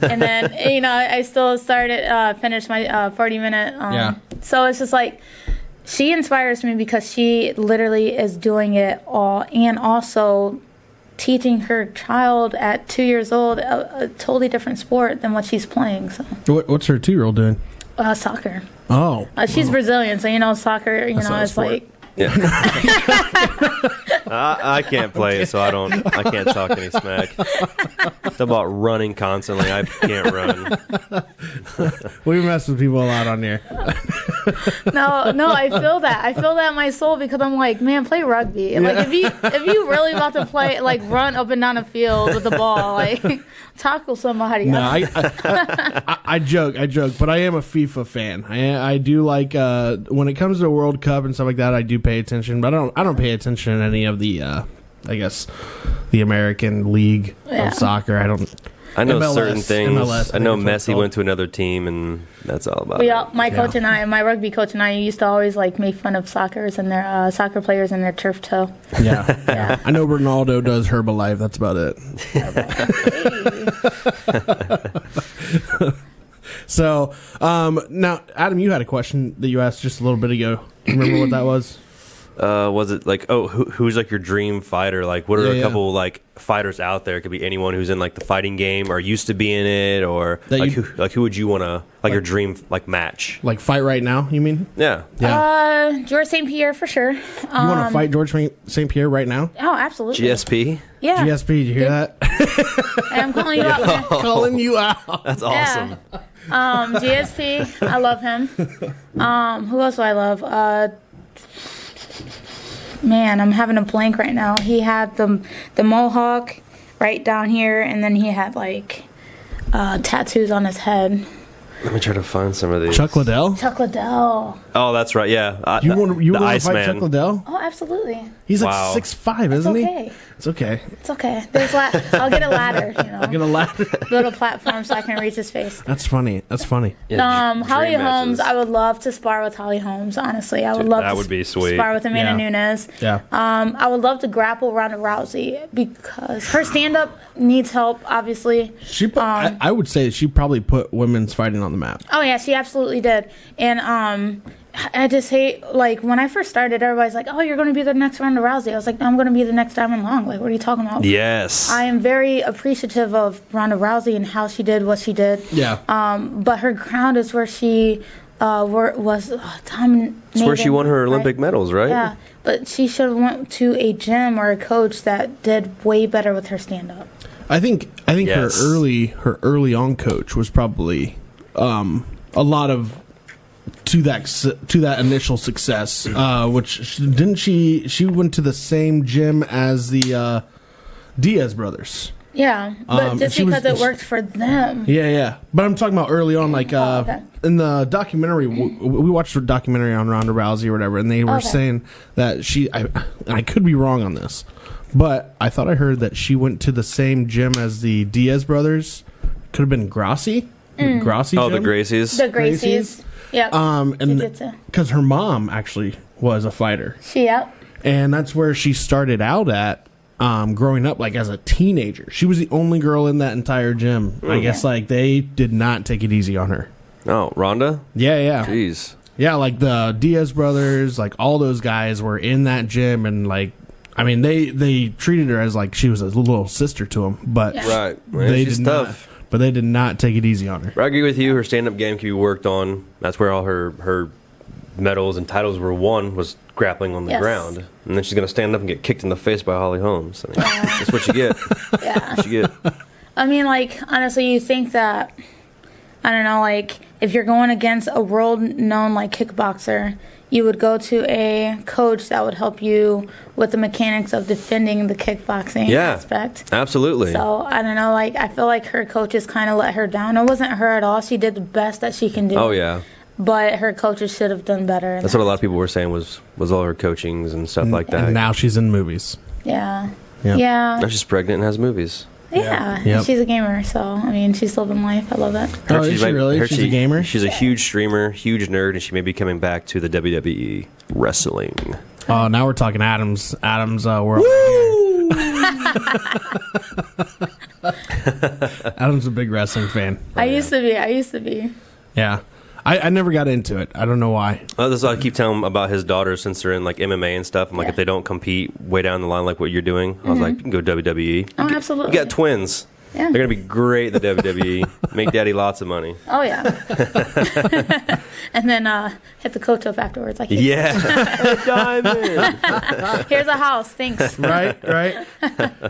And then, you know, I still started, uh, finished my uh, 40 minute. Um,
Yeah.
So it's just like, she inspires me because she literally is doing it all and also teaching her child at two years old a, a totally different sport than what she's playing so
What, what's her two year old doing?
uh, soccer
Oh,
uh, she's brazilian so you know soccer you
That's
know
not a
it's
sport.
like
I, I can't play it, so I don't. I can't talk any smack. It's about running constantly. I can't run.
we mess with people a lot on here.
no no i feel that i feel that in my soul because i'm like man play rugby like if you if you really about to play like run up and down the field with the ball like tackle somebody
No, I, I, I, I joke, I joke, but I am a FIFA fan. I, I do like uh, when it comes to the World Cup and stuff like that. I do pay attention, but I don't. I don't pay attention to any of the, uh, I guess, the American League
Yeah.
of Soccer. I don't.
I know
MLS,
certain things.
MLS, I
I know
think it's
Messi
called.
went to another team, and that's all about
We
it.
all, my
Yeah.
coach and I, my rugby coach and I, used to always like make fun of soccer's and their uh, soccer players and their turf toe.
Yeah,
Yeah.
I know Ronaldo does Herbalife. That's about it. So um, now, Adam, you had a question that you asked just a little bit ago. Remember what that was?
uh, was it like oh who, who's like your dream fighter like what are
Yeah,
a
yeah.
couple like fighters out there it could be anyone who's in like the fighting game or used to be in it or
That
like
you-
who, like who would you want to like, your dream like match
Like fight right now? You mean?
yeah
Yeah.
Uh, George St. Pierre for sure. Um,
you want to fight George St. Pierre right now?
Oh, absolutely.
GSP
Yeah, Oh.
GSP, did you hear that?
Hey, I'm calling you out. man.
Calling you out.
that's awesome
Yeah. Um, GSP, I love him. Um, who else do I love? Uh, man, I'm having a blank right now. He had the the mohawk right down here, and then he had like uh, tattoos on his head.
let me try to find some of these
Chuck Liddell?
Chuck Liddell.
oh that's right yeah I,
You
the-
want you
the
want to fight Chuck
Iceman
Liddell?
Oh, absolutely.
He's
Wow.
like six five, isn't
okay.
he? It's okay.
It's okay. There's la- I'll get a ladder, you know,
Gonna laugh.
build a platform so I can reach his face.
That's funny. That's funny.
Yeah,
Um,
dr-
Holly
dream
Holmes,
matches.
I would love to spar with Holly Holmes. Honestly, I would
Dude,
love
that
to
would
s-
be sweet.
spar with Amanda
Yeah.
Nunes.
Yeah.
Um, I would love to grapple Ronda Rousey because her stand up needs help, obviously.
She. Put, I, I would say she probably put women's fighting on the map.
Oh yeah, she absolutely did. And um I just hate like when I first started, everybody's like, "Oh, you're going to be the next Ronda Rousey." I was like, "No, I'm going to be the next Diamond Long." Like, what are you talking about?
yes
I am very appreciative of Ronda Rousey and how she did what she did.
Yeah.
Um, but her ground is where she uh, were, was uh, dominating.
that's where she won her Olympic
medal.
medals right
Yeah, but she should have went to a gym or a coach that did way better with her stand up.
I think. I think
Yes.
her early her early on coach was probably um, a lot of to that s- to that initial success. Uh, which sh- didn't she? She went to the same gym as the uh, Diaz brothers.
Yeah, but
Um,
just
she was-
because it worked for them.
Yeah, yeah. But I'm talking about early on, like uh,
okay.
in the documentary. w- w- We watched a documentary on Ronda Rousey or whatever, and they were
Okay.
saying that she. I, and I could be wrong on this, But I thought I heard that she went to the same gym as the Diaz brothers. Could have been Grassi. Grassi.
Oh, the
gym.
Gracies.
The Gracies.
Gracies?
Yep.
Um,
Jiu-jitsu.
and because her mom actually was a fighter,
she yep.
and that's where she started out at. Um, growing up, like as a teenager, she was the only girl in that entire gym. I guess like they did not take it easy on her.
oh, Rhonda.
Yeah, yeah,
Jeez.
yeah. Like the Diaz brothers, like all those guys were in that gym, and like, I mean, they they treated her as like she was a little sister to them, but
Right. Man,
they
she's
did
tough.
not. But they did not take it easy on her.
But I agree with you. Her stand-up game can be worked on. That's where all her her medals and titles were won was grappling on the
Yes.
ground, and then she's gonna stand up and get kicked in the face by Holly Holmes. I mean, that's what you get.
Yeah.
What you get.
I mean, like honestly, you think that I don't know, like if you're going against a world-known like kickboxer, you would go to a coach that would help you with the mechanics of defending the kickboxing
Yeah.
aspect.
Absolutely.
So I don't know, like I feel like her coaches kind of let her down. It wasn't her at all. She did the best that she can do.
Oh yeah,
But her coaches should have done better. in
that's
that.
what a lot of people were saying was was all her coachings and stuff like that.
And now she's in movies.
Yeah.
Yeah.
Yeah.
Now she's pregnant and has movies.
Yeah.
Yep.
She's a gamer, so I mean, she's living life. I love it.
Oh,
She's
is she
like-
really?
her-
She's
she-
a gamer.
She's a huge streamer, huge nerd, and she may be coming back to the WWE wrestling.
Oh, now we're talking Adams. Adams uh, world. Adam's a big wrestling fan.
I used to be. I used to be.
Yeah, I, I never got into it. I don't know why.
Oh, that's what I keep telling him about his daughter since they're in like MMA and stuff. I'm like,
Yeah.
if they don't compete way down the line like what you're doing, I
Mm-hmm.
was like, you can go WWE.
Oh,
E. you,
absolutely.
got twins.
Yeah.
They're gonna be great at the WWE. Make daddy lots of money.
Oh yeah. and then uh, hit the coach up afterwards. Like, yeah.
Yeah, diamond.
here's a house. Thanks.
Right, right.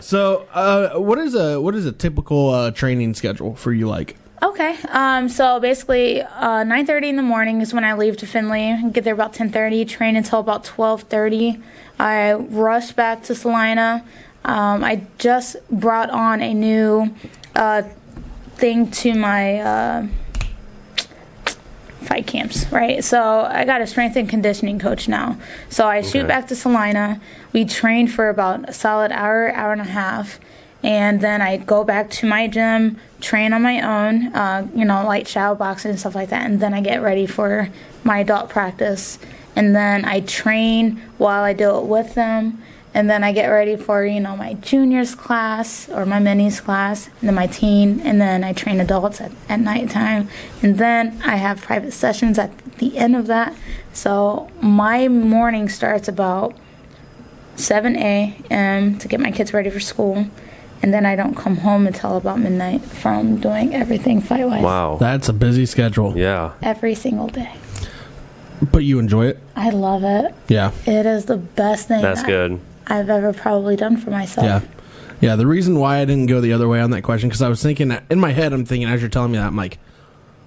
so, uh, what is a what is a typical uh, training schedule for you? Like,
Okay. Um, so basically, uh, 9:30 in the morning is when I leave to Finley. Get there about 10:30. Train until about 12:30. I rush back to Salina. Um, I just brought on a new uh, thing to my. Uh, fight camps, right? So I got a strength and conditioning coach now. So I shoot back to Salina. We train for about a solid hour, hour and a half. And then I go back to my gym, train on my own, uh, you know, light shadow boxing and stuff like that. And then I get ready for my adult practice. And then I train while I do it with them. And then I get ready for, you know, my juniors class or my minis class, and then my teen, and then I train adults at, at nighttime. And then I have private sessions at the end of that. So my morning starts about 7 a.m. to get my kids ready for school. And then I don't come home until about midnight from doing everything fight wise.
wow.
that's a busy schedule.
Yeah.
Every single day.
But you enjoy it.
I love it.
Yeah,
It is the best thing
That's
I-
good.
I've ever probably done for myself.
yeah, yeah. The reason why I didn't go the other way on that question because I was thinking in my head, I'm thinking as you're telling me that, I'm like,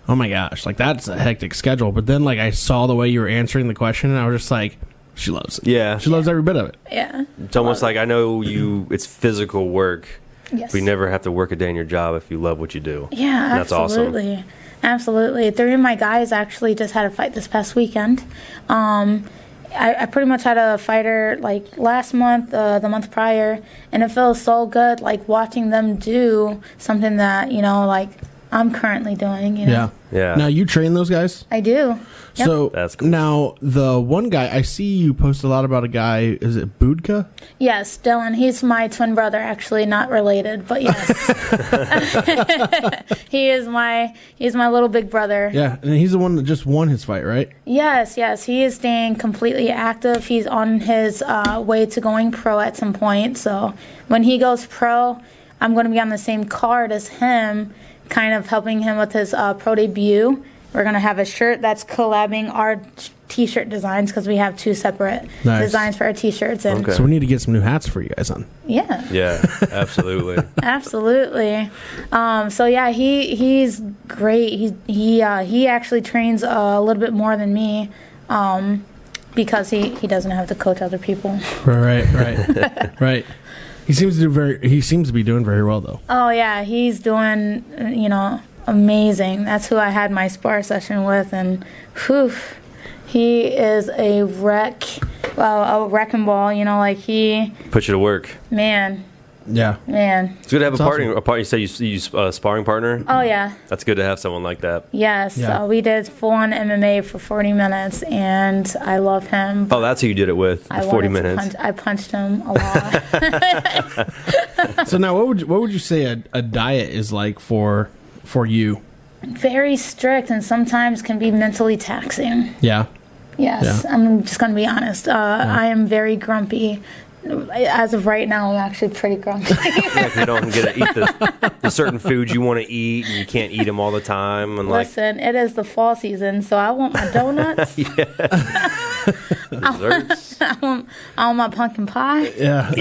oh my gosh, like that's a hectic schedule. But then like I saw the way you were answering the question, and I was just like, she loves it.
Yeah.
she loves every bit of it.
Yeah.
It's almost like I know you it's physical work.
Yes.
We never have to work a day in your job if you love what you do.
Yeah,
And that's awesome.
absolutely. Absolutely. Three of my guys actually just had a fight this past weekend. Um, I, I pretty much had a fighter like last month, uh, the month prior, and it feels so good like watching them do something that, you know, like I'm currently doing. You know?
Yeah,
Yeah.
Now you train those guys.
I do. Yep.
So
That's cool.
now the one guy I see you post a lot about a guy. Is it Budka?
Yes, Dylan. He's my twin brother, actually, not related, but yes. he is my he's my little big brother.
Yeah, and he's the one that just won his fight, right?
Yes, yes, he is staying completely active. He's on his uh, way to going pro at some point. So when he goes pro, I'm going to be on the same card as him, kind of helping him with his uh, pro debut. We're going to have a shirt that's collabing our t shirt designs because we have two separate
Nice.
designs for our t shirts. And
Okay.
So we need to get some new hats for you guys on.
yeah.
Yeah, absolutely.
Absolutely. Um, so yeah, he he's great. He he uh, he actually trains a little bit more than me um, because he, he doesn't have to coach other people.
Right, right, right. He seems to do very. He seems to be doing very well though.
Oh yeah, he's doing uh, you know amazing. That's who I had my spar session with, and whew, he is a wreck. a, a wrecking ball. You know, like he,
Put you to work.
man,
Yeah.
man.
It's good to have
That's
a partner.
awesome.
A part, you say you, you uh, sparring partner.
Oh yeah,
That's good to have someone like that.
yes.
Yeah.
Uh, we did full on MMA for 40 minutes, and I love him.
Oh, that's who you did it with.
I
the Forty
wanted to
minutes.
punch- I punched him a lot.
So now, what would you, what would you say a, a diet is like for for you?
Very strict, and sometimes can be mentally taxing.
Yeah.
Yes,
Yeah.
I'm just going to be honest. Uh, I am very grumpy. As of right now, I'm actually pretty grumpy.
like you don't get to eat the, the certain foods you want to eat, and you can't eat them all the time. And like
Listen, it is the fall season, so I want my donuts.
desserts.
I, want, I want my pumpkin pie.
Yeah.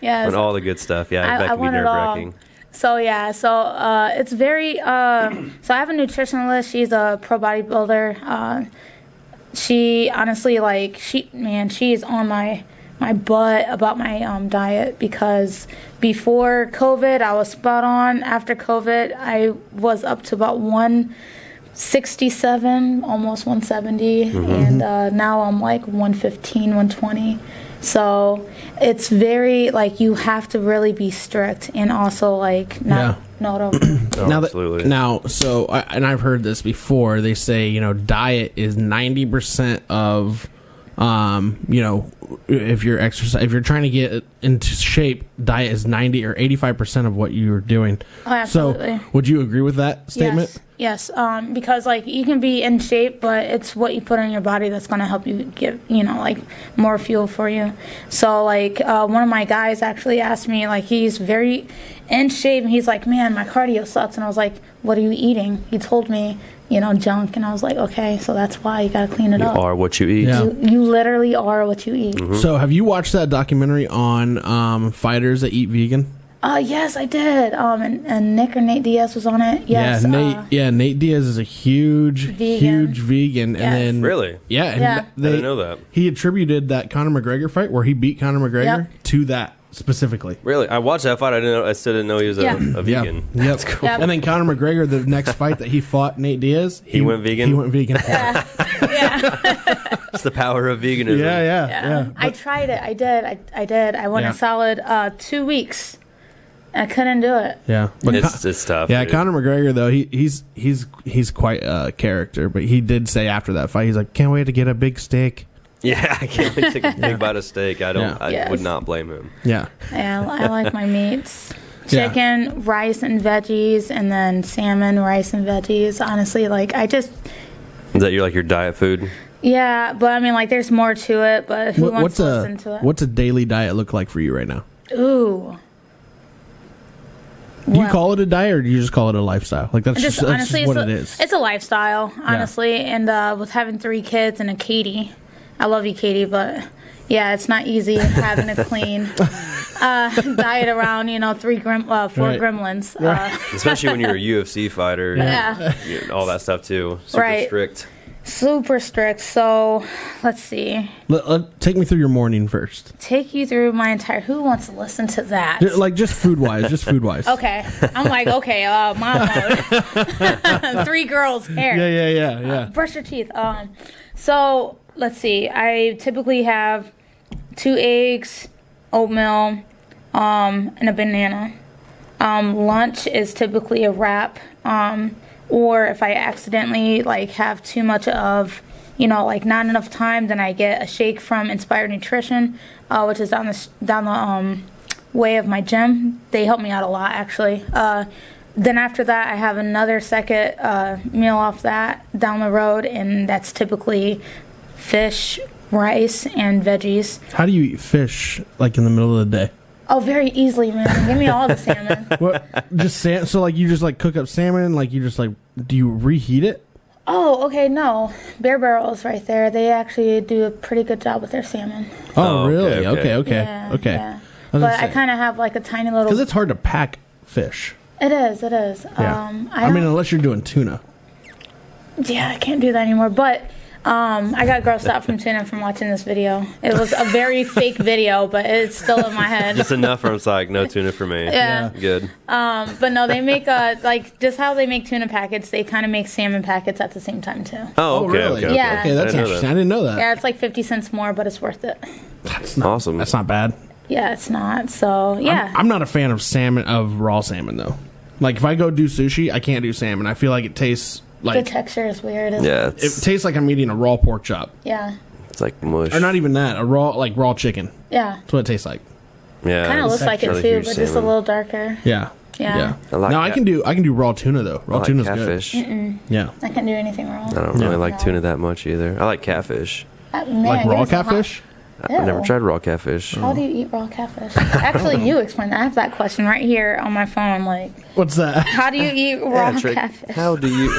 Yes,
and all the good stuff. Yeah,
I,
that
I
can be
want it
nerve
all.
wracking.
So yeah, so uh, it's very. Uh, so I have a nutritionalist. She's a pro bodybuilder. Uh, she honestly, like, she man, she is on my my butt about my um, diet because before COVID, I was spot on. After COVID, I was up to about one. 67 almost 170 and uh, now i'm like 115 120 so it's very like you have to really be strict and also like not
Yeah.
not over
Oh,
now that,
absolutely.
Now, so I- and I've heard this before. They say you know diet is ninety percent of, um, you know, if you're exercise, if you're trying to get into shape, diet is ninety or eighty five percent of what you're doing.
Oh, absolutely.
So, would you agree with that statement?
Yes, yes. Um, because like you can be in shape, but it's what you put in your body that's gonna help you get you know like more fuel for you. So like uh, one of my guys actually asked me like he's very in shape, and he's like, man, my cardio sucks, and I was like, what are you eating? He told me you know junk, and I was like, okay, so that's why you gotta clean it
you
up.
are Mm-hmm. what you eat.
Yeah.
You, you literally are what you eat.
So, have you watched that documentary on um, fighters that eat vegan?
Uh, yes, I did. Um, and, and Nick or Nate Diaz was on it. Yes.
yeah, Nate.
uh,
yeah, Nate Diaz is a huge,
Vegan.
huge vegan,
Yes.
and then
Really?
yeah, and
Yeah.
they
I didn't know that.
he attributed that Conor McGregor fight where he beat Conor McGregor
Yep.
to that specifically.
Really, I watched that fight. I didn't. Know, I still didn't know he was a,
Yeah.
a vegan.
Yeah, that's
cool.
Yep.
And then Conor McGregor, the next fight that he fought Nate Diaz, he,
went vegan?
He went vegan. yeah,
It's the power of veganism.
yeah, yeah,
I tried it. I did. I, I did. I went
Yeah.
a solid uh, two weeks. I couldn't do it.
yeah. But
It's,
Con-
it's tough.
yeah,
dude.
Conor McGregor though he, he's he's he's quite a character, but he did say after that fight he's like, can't wait to get a big steak.
Yeah, I can't wait to take a big bite of steak. I don't.
Yeah.
I
Yes.
would not blame him.
Yeah,
Yeah, I like my meats.
Yeah.
Chicken, rice, and veggies, and then salmon, rice, and veggies. Honestly, like, I just,
Is that your like your diet food?
yeah, but I mean, like, there's more to it, but who
What-
wants
what's
to
a
listen to it?
what's a daily diet look like for you right now?
Ooh.
Do you call it a diet or do you just call it a lifestyle? Like that's just,
Just
that's
honestly,
just what
it's,
it
a,
is.
it's a lifestyle, honestly. And uh, with having three kids and a Katie, I love you, Katie, but yeah, it's not easy having a clean uh, diet around, you know, three grim, uh, four
Right.
gremlins. Uh,
Especially when you're a UFC fighter.
yeah,
and All that stuff too. Super
Right.
strict.
super strict. So let's see.
Let- let- take me through your morning first.
Take you through my entire. Who wants to listen to that?
Ju- Like just food wise, just food wise.
Okay, I'm like, okay, uh, mom mode. three girls here.
Yeah, yeah, yeah, yeah.
brush your teeth. Um, so let's see. I typically have two eggs, oatmeal, um, and a banana. Um, lunch is typically a wrap. Um, or if I accidentally like have too much of, you know, like not enough time, then I get a shake from Inspired Nutrition, uh, which is down the s- down the um, way of my gym. They help me out a lot actually. Uh, then after that, I have another second uh, meal off that down the road, and that's typically fish, rice, and veggies.
How do you eat fish like in the middle of the day?
Oh, very easily, man. Give me all the salmon.
What? just sa- so like you just like cook up salmon, like you just like do you reheat it?
Oh, okay, no. Bear Barrels right there. They actually do a pretty good job with their salmon.
Oh,
Oh,
really?
okay,
Okay, okay,
okay.
okay.
Yeah, yeah.
I was
But
gonna
I
say.
kind of have like a tiny little.
Because it's hard to pack fish.
it is. It is.
Yeah.
Um, I,
I, mean,
don't-
unless you're doing tuna.
yeah, I can't do that anymore. But Um, I got grossed out from tuna from watching this video. It was a very fake video, but it's still in my head.
Just enough where it's like, no tuna for me.
Yeah.
Good.
Um, but no, they make uh like just how they make tuna packets. They kind of make salmon packets at the same time too.
Oh, okay.
Oh, really?
okay, okay.
Yeah.
Okay, that's
I didn't know
interesting. I didn't know that.
Yeah, it's like fifty cents more, but it's worth it.
That's not,
Awesome.
That's not bad.
Yeah, it's not. So yeah,
I'm, I'm not a fan of salmon of raw salmon though. Like if I go do sushi, I can't do salmon. I feel like it tastes
the
like
texture is weird. It's,
Yeah.
it
It's,
tastes like I'm eating a raw pork chop,
yeah,
it's like mush.
or not even that. A raw like raw chicken.
yeah.
That's what it tastes like.
yeah.
Kind of looks like it
Another
too,
huge
but just a
salmon.
little darker.
Yeah.
Yeah.
I like
no, I
cat-
can do I can do raw tuna though. Raw
I like
tuna's
catfish.
good. Yeah.
I can't do anything wrong.
I don't really
Yeah.
like tuna that much either. I like catfish.
Uh, man,
Like
give
raw
me some hot-
catfish?
I've never
Ew.
tried raw catfish.
How do you eat Oh. raw catfish? Actually, you explain that. I have that question right here on my phone. Like,
What's that?
how do you eat raw
Patrick,
catfish?
how do you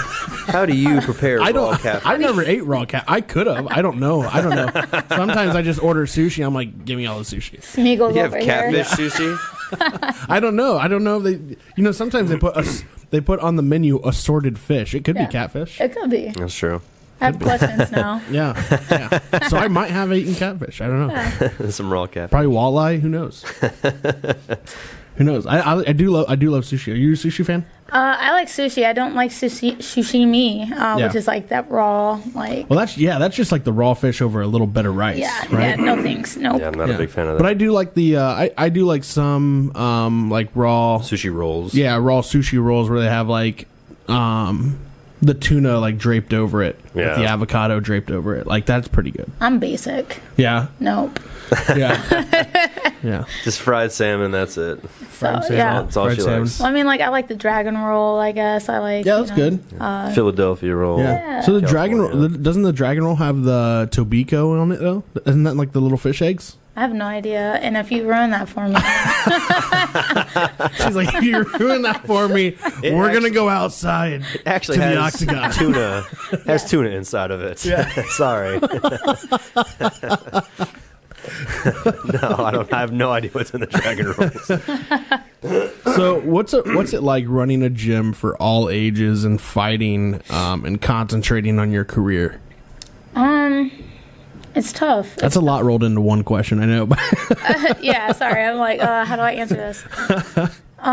how do you prepare
I
raw
don't.
catfish?
I never ate raw cat. I could have. I don't know. I don't know. Sometimes I just order sushi. I'm like, give me all the sushi.
Smeagol
you have
over here.
catfish sushi?
I don't know. I don't know if they. You know, sometimes they put us. They put on the menu assorted fish. It could
Yeah.
be catfish.
It could be.
That's true.
I have questions now.
Yeah, yeah. so I might have eaten catfish. I don't know.
Some raw catfish.
Probably walleye. Who knows? who knows? I, I, I do love I do love sushi. Are you a sushi fan?
Uh, I like sushi. I don't like sushi sushimi, uh,
Yeah.
which is like that raw, like
Well, that's yeah. That's just like the raw fish over a little better rice.
yeah,
right.
yeah. No thanks. Nope.
Yeah, I'm not
Yeah.
a big fan of
But
that.
I do like the uh, I I do like some um like raw
sushi rolls.
yeah raw sushi rolls where they have like um the tuna like draped over it
Yeah.
with the avocado draped over it like that's pretty good
I'm basic.
yeah
Nope.
yeah yeah
Just fried salmon, that's it.
So
salmon.
Oh, yeah.
That's all
Fried
she
salmon.
likes.
Well, I mean, like I like the dragon roll. I guess I like.
yeah
you
that's
know,
good
Uh,
Philadelphia roll.
Yeah. So the dragon
California.
roll, doesn't the dragon roll have the tobiko on it though? Isn't that like the little fish eggs?
I have no idea. And if you ruin that for me,
She's like, if you ruin that for me,
It
we're gonna
actually-
go outside.
It actually
To the
has
octagon.
tuna. Has tuna inside of it. Sorry. no, I don't. I have no idea what's in the dragon rolls.
So what's it what's it like running a gym for all ages and fighting um, and concentrating on your career?
um, it's tough.
That's a lot rolled into one question. I know, but
yeah. Sorry. I'm like, uh, how do I answer this?
You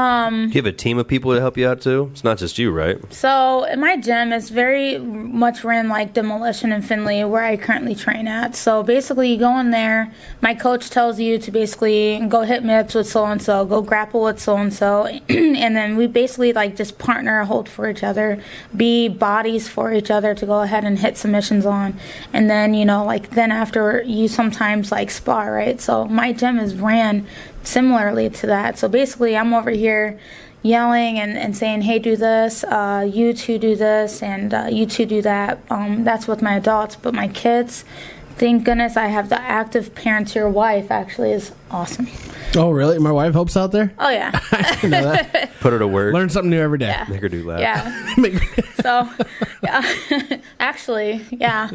have a team of people to help you out too. It's not just you, right?
So in my gym, it's very much ran like demolition in Finley, where I currently train at. So basically, you go in there. My coach tells you to basically go hit mitts with so and so, go grapple with so and so, and then we basically like just partner, hold for each other, be bodies for each other to go ahead and hit submissions on, and then you know like then after you sometimes like spar, right? So my gym is ran similarly to that. So basically, I'm over here yelling and, and saying, hey, do this, uh, you two do this, and uh, you two do that. Um, that's with my adults, but my kids, thank goodness I have the active parents. Your wife actually is awesome.
oh really? My wife helps out there.
Oh, yeah.
Put her to work.
Learn something new every day.
Make her do laugh.
Yeah.
Make-
So, yeah. actually, yeah.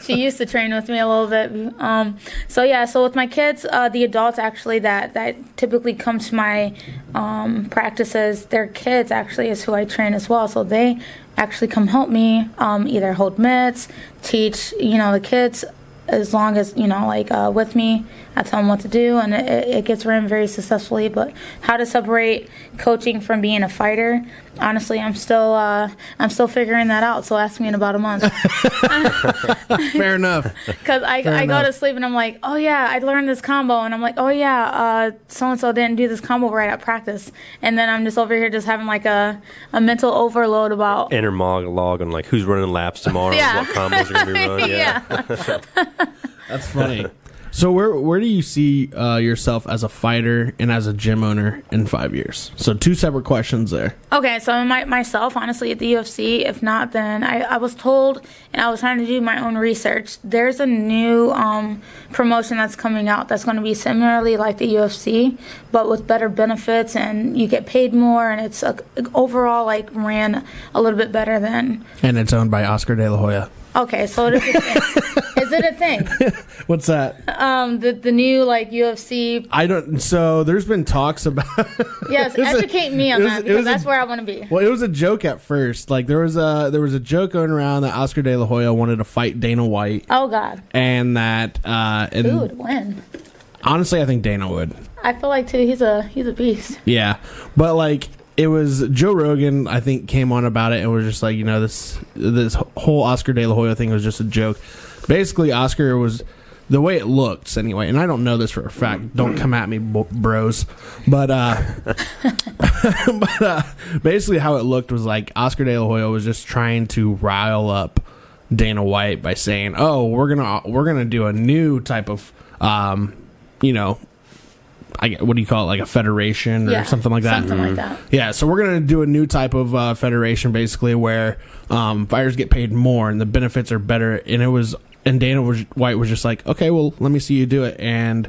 she used to train with me a little bit. Um, so yeah, so with my kids, uh, the adults actually that that typically come to my um, practices, their kids actually is who I train as well. So they actually come help me um, either hold mitts, teach you know the kids. As long as you know, like uh, with me, I tell them what to do, and it- it, it gets ran very successfully. But how to separate coaching from being a fighter? Honestly, I'm still uh, I'm still figuring that out. So ask me in about a month.
Fair enough.
Because I, I go
enough.
to sleep and I'm like, oh yeah, I learned this combo. And I'm like, oh yeah, so and so didn't do this combo right at practice. And then I'm just over here just having like a, a mental overload about.
Inner monologue on like who's running laps tomorrow.
Yeah.
What combos are gonna be run. Yeah.
That's funny. So where where do you see uh, yourself as a fighter and as a gym owner in five years? So two separate questions there.
Okay, so my, myself, honestly, at the UFC, if not, then I, I was told, and I was trying to do my own research. There's a new um, promotion that's coming out that's going to be similarly like the UFC, but with better benefits, and you get paid more, and uh, it's a, overall like ran a little bit better than
And it's owned by Oscar De La Hoya.
Okay, so it is a thing. is it a thing?
What's that?
Um, the the new like UFC.
I don't. So there's been talks about.
Yes,
was a-
educate me on
it was-
that
it was
because
a-
that's where I want to be.
Well, it was a joke at first. Like there was a there was a joke going around that Oscar De La Hoya wanted to fight Dana White,
Oh God,
and that uh, and
who would win?
honestly, I think Dana would.
I feel like too. He's a he's a beast.
Yeah, but like it was Joe Rogan, I think, came on about it and was just like, you know, this this whole Oscar De La Hoya thing was just a joke. Basically, Oscar was the way it looks anyway, and I don't know this for a fact. Don't come at me, bo- bros. But uh, but uh, basically, how it looked was like Oscar De La Hoya was just trying to rile up Dana White by saying, "Oh, we're gonna we're gonna do a new type of." Um, you know, I get- what do you call it, like a federation or
Yeah,
something like that. Mm-hmm.
Something like that.
Yeah, so we're gonna do a new type of uh, federation, basically, where um, fighters get paid more and the benefits are better. And it was, and Dana was, White was just like, okay, well, let me see you do it. And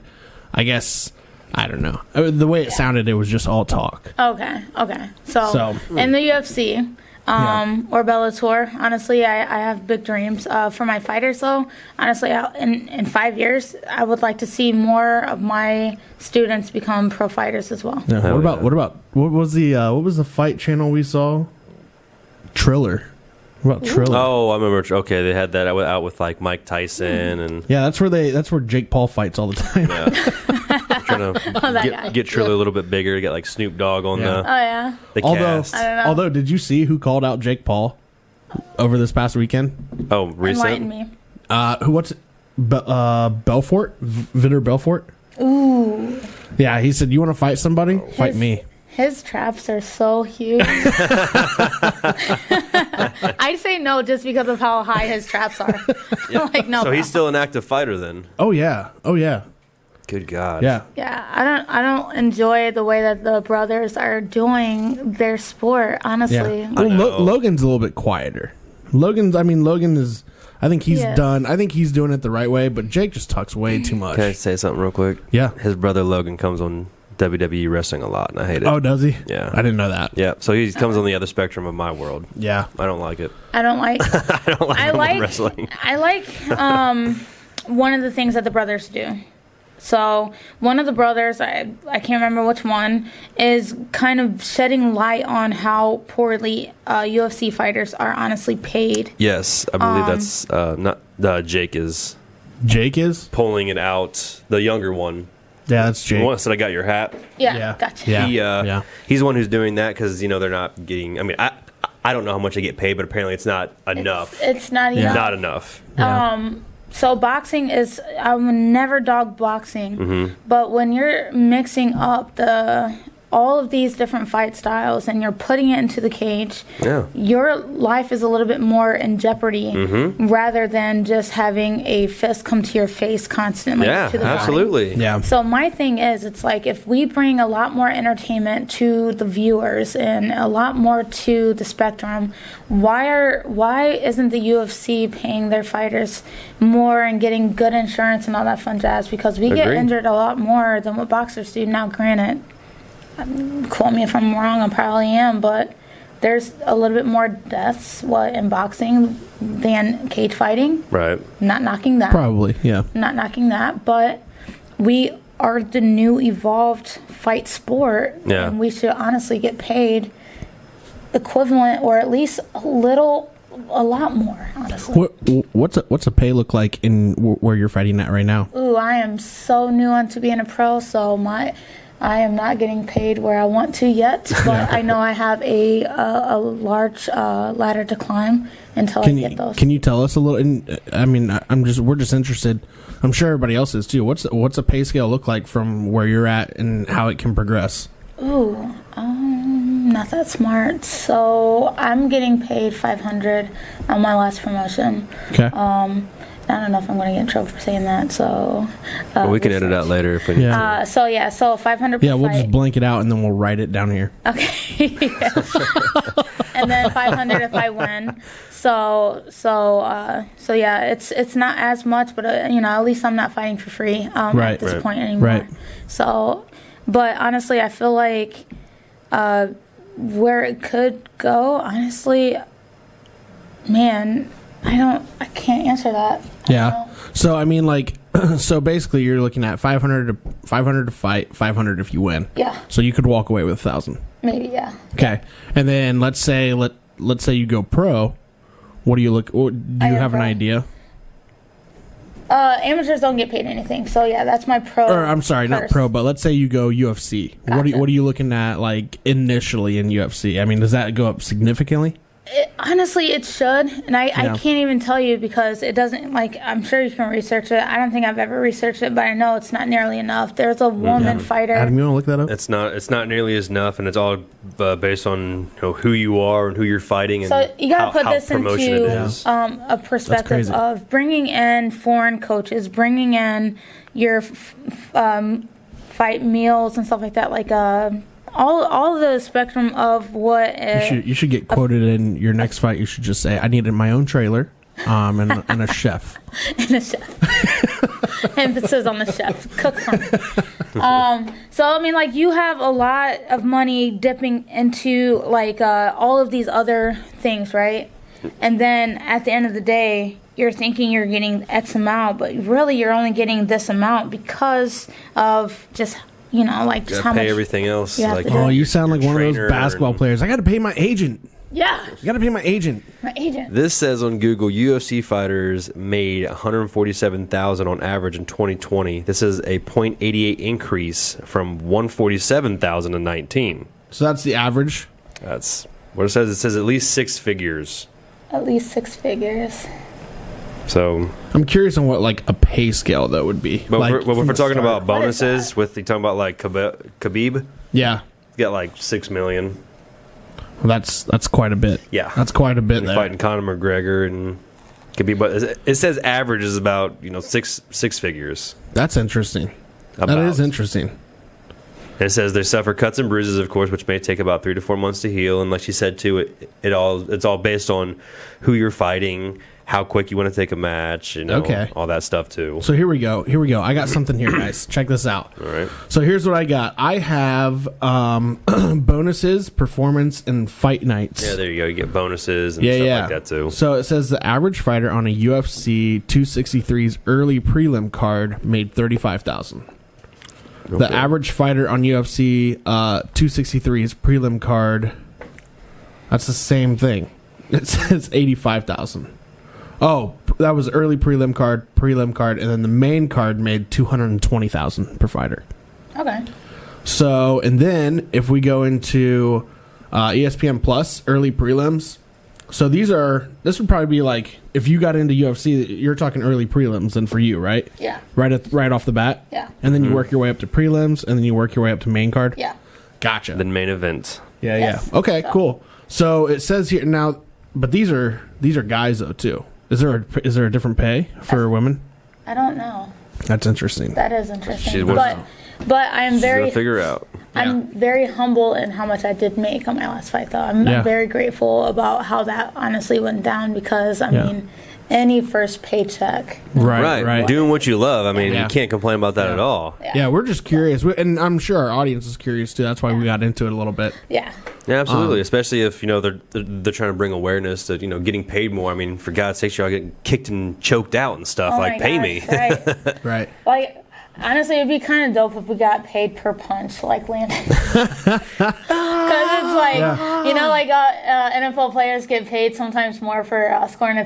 I guess I don't know Uh, the way it sounded, it was just all talk.
Okay, okay. So,
So-
in the UFC um, or Bellator, honestly, I, I have big dreams uh, for my fighters. Though, honestly, I, in in five years, I would like to see more of my students become pro fighters as well.
Yeah,
Hell
what about
yeah.
what about what was the uh, what was the fight channel we saw? Triller. What about Triller?
Oh, I remember. Okay, they had that out with, out with like Mike Tyson and
Yeah, that's where they that's where Jake Paul fights all the time.
yeah. trying to
Oh, that guy.
get, get Triller a little bit bigger. Get like Snoop Dogg on
Yeah.
the
Oh yeah.
the
Although
cast.
don't know.
although did you see who called out Jake Paul over this past weekend?
Oh,
Enlighten
recent.
me.
Uh who what's Be- uh Belfort? V- Vitor Belfort?
Ooh,
Yeah, he said you want to fight somebody? Fight
His-
me.
his traps are so huge. I say no just because of how high his traps are. like no.
So he's
bro.
still an active fighter then.
Oh yeah. Oh yeah.
Good God.
Yeah.
Yeah, I don't I don't enjoy the way that the brothers are doing their sport, honestly.
Yeah. Well, Lo-
know.
Logan's a little bit quieter. Logan's, I mean, Logan is. I think he's
Yes.
done. I think he's doing it the right way, but Jake just talks way too much.
Can I say something real quick?
Yeah.
His brother Logan comes on WWE wrestling a lot, and I hate it.
Oh, does he?
Yeah.
I didn't know that.
yeah. So he comes on the other spectrum of my world.
Yeah.
I don't like it.
I don't like
I don't like,
I
him on
like
wrestling.
I like um one of the things that the brothers do. So one of the brothers, I I can't remember which one, is kind of shedding light on how poorly uh, UFC fighters are honestly paid.
Yes, I believe that's uh, not uh, Jake is
Jake is?
pulling it out. The younger one,
Yeah, that's
the
Jake.
one that said I got your hat.
Yeah,
Yeah.
gotcha.
Yeah.
He, uh,
yeah.
he's the one who's doing that because you know they're not getting. I mean, I I don't know how much they get paid, but apparently it's not enough.
It's not even
Not enough.
Yeah.
Um, so boxing is I will never dog boxing,
Mm-hmm.
but when you're mixing up the all of these different fight styles and you're putting it into the cage,
Yeah.
your life is a little bit more in jeopardy
Mm-hmm.
rather than just having a fist come to your face constantly.
Yeah,
to the body.
absolutely.
yeah.
So my thing is, it's like if we bring a lot more entertainment to the viewers and a lot more to the spectrum, why are why isn't the UFC paying their fighters more and getting good insurance and all that fun jazz? Because we get
Agreed.
injured a lot more than what boxers do. Now, granted, um, quote me if I'm wrong, I probably am, but there's a little bit more deaths what in boxing than cage fighting.
Right.
Not knocking that
Probably. Yeah.
not knocking that, but we are the new evolved fight sport,
Yeah.
and we should honestly get paid equivalent or at least a little, a lot more. Honestly,
What what's a, what's a pay look like in wh- where you're fighting at right now?
ooh, I am so new onto being a pro, so my. I am not getting paid where I want to yet, but I know I have a a, a large uh, ladder to climb until
Can
I
you
get those.
can you tell us a little? And uh, I mean, I- I'm just we're just interested. I'm sure everybody else is too. What's what's a pay scale look like from where you're at and how it can progress?
Ooh, um, not that smart. So I'm getting paid 500 on my last promotion.
Okay.
Um, I don't know if I'm going to get in trouble for saying that. So uh,
we can edit out later if we need
Yeah.
to.
Uh, so yeah, so 500. per
yeah, we'll just
fight.
blank it out and then we'll write it down here.
Okay. and then 500 if I win. So so uh, so yeah, it's it's not as much, but uh, you know, at least I'm not fighting for free um,
Right.
at this
Right.
point anymore.
Right.
So, but honestly, I feel like uh, where it could go, honestly, man, I don't. I can't answer that. I
Yeah.
don't know.
So I mean, like, so basically, you're looking at 500 to 500 to fight 500 if you win.
Yeah.
So you could walk away with a thousand.
Maybe. Yeah.
Okay. And then let's say let let's say you go pro. What do you look? Or do
I
you
am
have an
Oh, pro.
idea?
Uh, amateurs don't get paid anything, so yeah, that's my pro.
Or I'm sorry, not
first.
pro, but let's say you go UFC. What are you,
Gotcha.
what are you looking at like initially in UFC? I mean, does that go up significantly?
It, honestly, it should, and I,
Yeah.
I can't even tell you because it doesn't. Like, I'm sure you can research it. I don't think I've ever researched it, but I know it's not nearly enough. There's
Mm-hmm.
a woman fighter.
Adam, you want to look that up?
It's not. It's not nearly as enough, and it's all uh, based on you know, who you are and who you're fighting. And
So you gotta
how,
put
how
this
promotion
into
it is.
um, a perspective
crazy.
of bringing in foreign coaches, bringing in your f- f- um, fight meals and stuff like that, like uh, all all the spectrum of what.
You
It,
should you should get quoted in your next fight. You should just say, "I needed my own trailer, um, and, and a chef."
the chef. Emphasis on the chef. Cook for me. Um, so I mean, like you have a lot of money dipping into like uh, all of these other things, right? And then at the end of the day, you're thinking you're getting X amount, but really you're only getting this amount because of just you know like
Gotta
just how
pay
much.
everything else.
Yeah,
like
for
Oh,
sure.
you sound like one of
Trainer
those basketball
and-
players. I got to pay my agent.
Yeah,
I got to pay my agent.
my agent.
This says on Google, UFC fighters made 147,000 on average in 2020. This is a 0.88 increase from 147,000 in 19.
So that's the average.
That's what it says. It says at least six figures.
At least six figures.
So,
I'm curious on what like a pay scale though would be.
but
like,
if we're, but if
from
we're
the
talking
start.
about
What is
bonuses, with you talking about like Khabib, Khabib
yeah,
he got like six million.
Well, that's that's quite a bit.
Yeah.
that's quite a bit.
And
there.
fighting Conor McGregor and Khabib, but it says average is about you know six six figures.
That's interesting.
About.
That is interesting.
It says they suffer cuts and bruises, of course, which may take about three to four months to heal. And like she said too, it, it all it's all based on who you're fighting, how quick you want to take a match, you know,
Okay.
all that stuff too.
So here we go. Here we go. I got something here, guys. Check this out.
all right,
So here's what I got. I have um, bonuses, performance, and fight nights.
yeah, there you go. You get bonuses and
yeah,
stuff
yeah.
like that too.
So it says the average fighter on a UFC 263's early prelim card made thirty five thousand. The
Okay.
average fighter on UFC uh, 263's prelim card. That's the same thing. It says eighty five thousand. Oh, p- that was early prelim card, prelim card, and then the main card made two hundred and twenty thousand per fighter.
Okay.
So, and then if we go into uh, ESPN Plus early prelims, so these are this would probably be like if you got into UFC, you're talking early prelims, then for you, right?
Yeah.
Right at right off the bat.
Yeah.
And then you work your way up to prelims, and then you work your way up to main card.
Yeah.
Gotcha.
Then main event.
yeah,
Yes.
yeah. Okay, cool. So it says here now, but these are these are guys though too. Is there a, is there a different pay for women?
I don't know.
That's interesting.
That is interesting.
She's one-
but but I am
She's
very
gonna figure out.
I'm very humble in how much I did make on my last fight, though. I'm, I'm
Yeah.
very grateful about how that honestly went down because, I
Yeah.
mean, any first paycheck.
Right,
Right,
right.
doing what you love. I mean,
Yeah.
you can't complain about that at all. Yeah,
Yeah, we're just curious, we, and I'm sure our audience is curious too. That's why we got into it a little bit.
Yeah.
Uh-huh.
absolutely. Especially if you know they're, they're they're trying to bring awareness to you know getting paid more. I mean, for God's sakes, y'all getting kicked and choked out and stuff.
Oh
like,
my
pay me.
gosh, right.
Right.
Like, honestly, it'd be kind of dope if we got paid per punch, like Landon. Because it's like, you know, like uh, uh, NFL players get paid sometimes more for uh, scoring a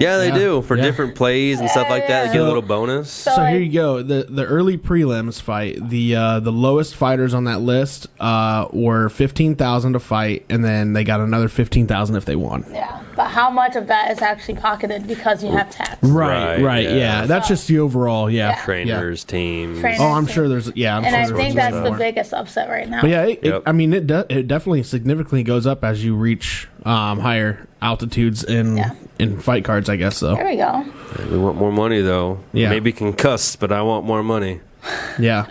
yeah, they
Yeah.
do for
Yeah.
different plays and stuff like that.
yeah.
Get a
So-
little bonus.
So
like-
here you go. The the early prelims fight, the uh, the lowest fighters on that list uh, were fifteen thousand to fight, and then they got another fifteen thousand if they won.
Yeah. But how much of that is actually pocketed because you have tax?
Right,
Right,
right,
yeah.
yeah. That's just the overall, yeah.
Yeah.
trainers, teams.
Trainers.
Oh, I'm sure there's yeah, I'm
And
sure
I
there's
think
way
that's the
more.
biggest upset right now.
But yeah, it, it-
Yep.
I mean it de- it definitely significantly goes up as you reach um, higher altitudes in
Yeah.
in fight cards, I guess so.
There we go.
We want more money though.
Yeah.
Maybe can cuss, but I want more money.
Yeah.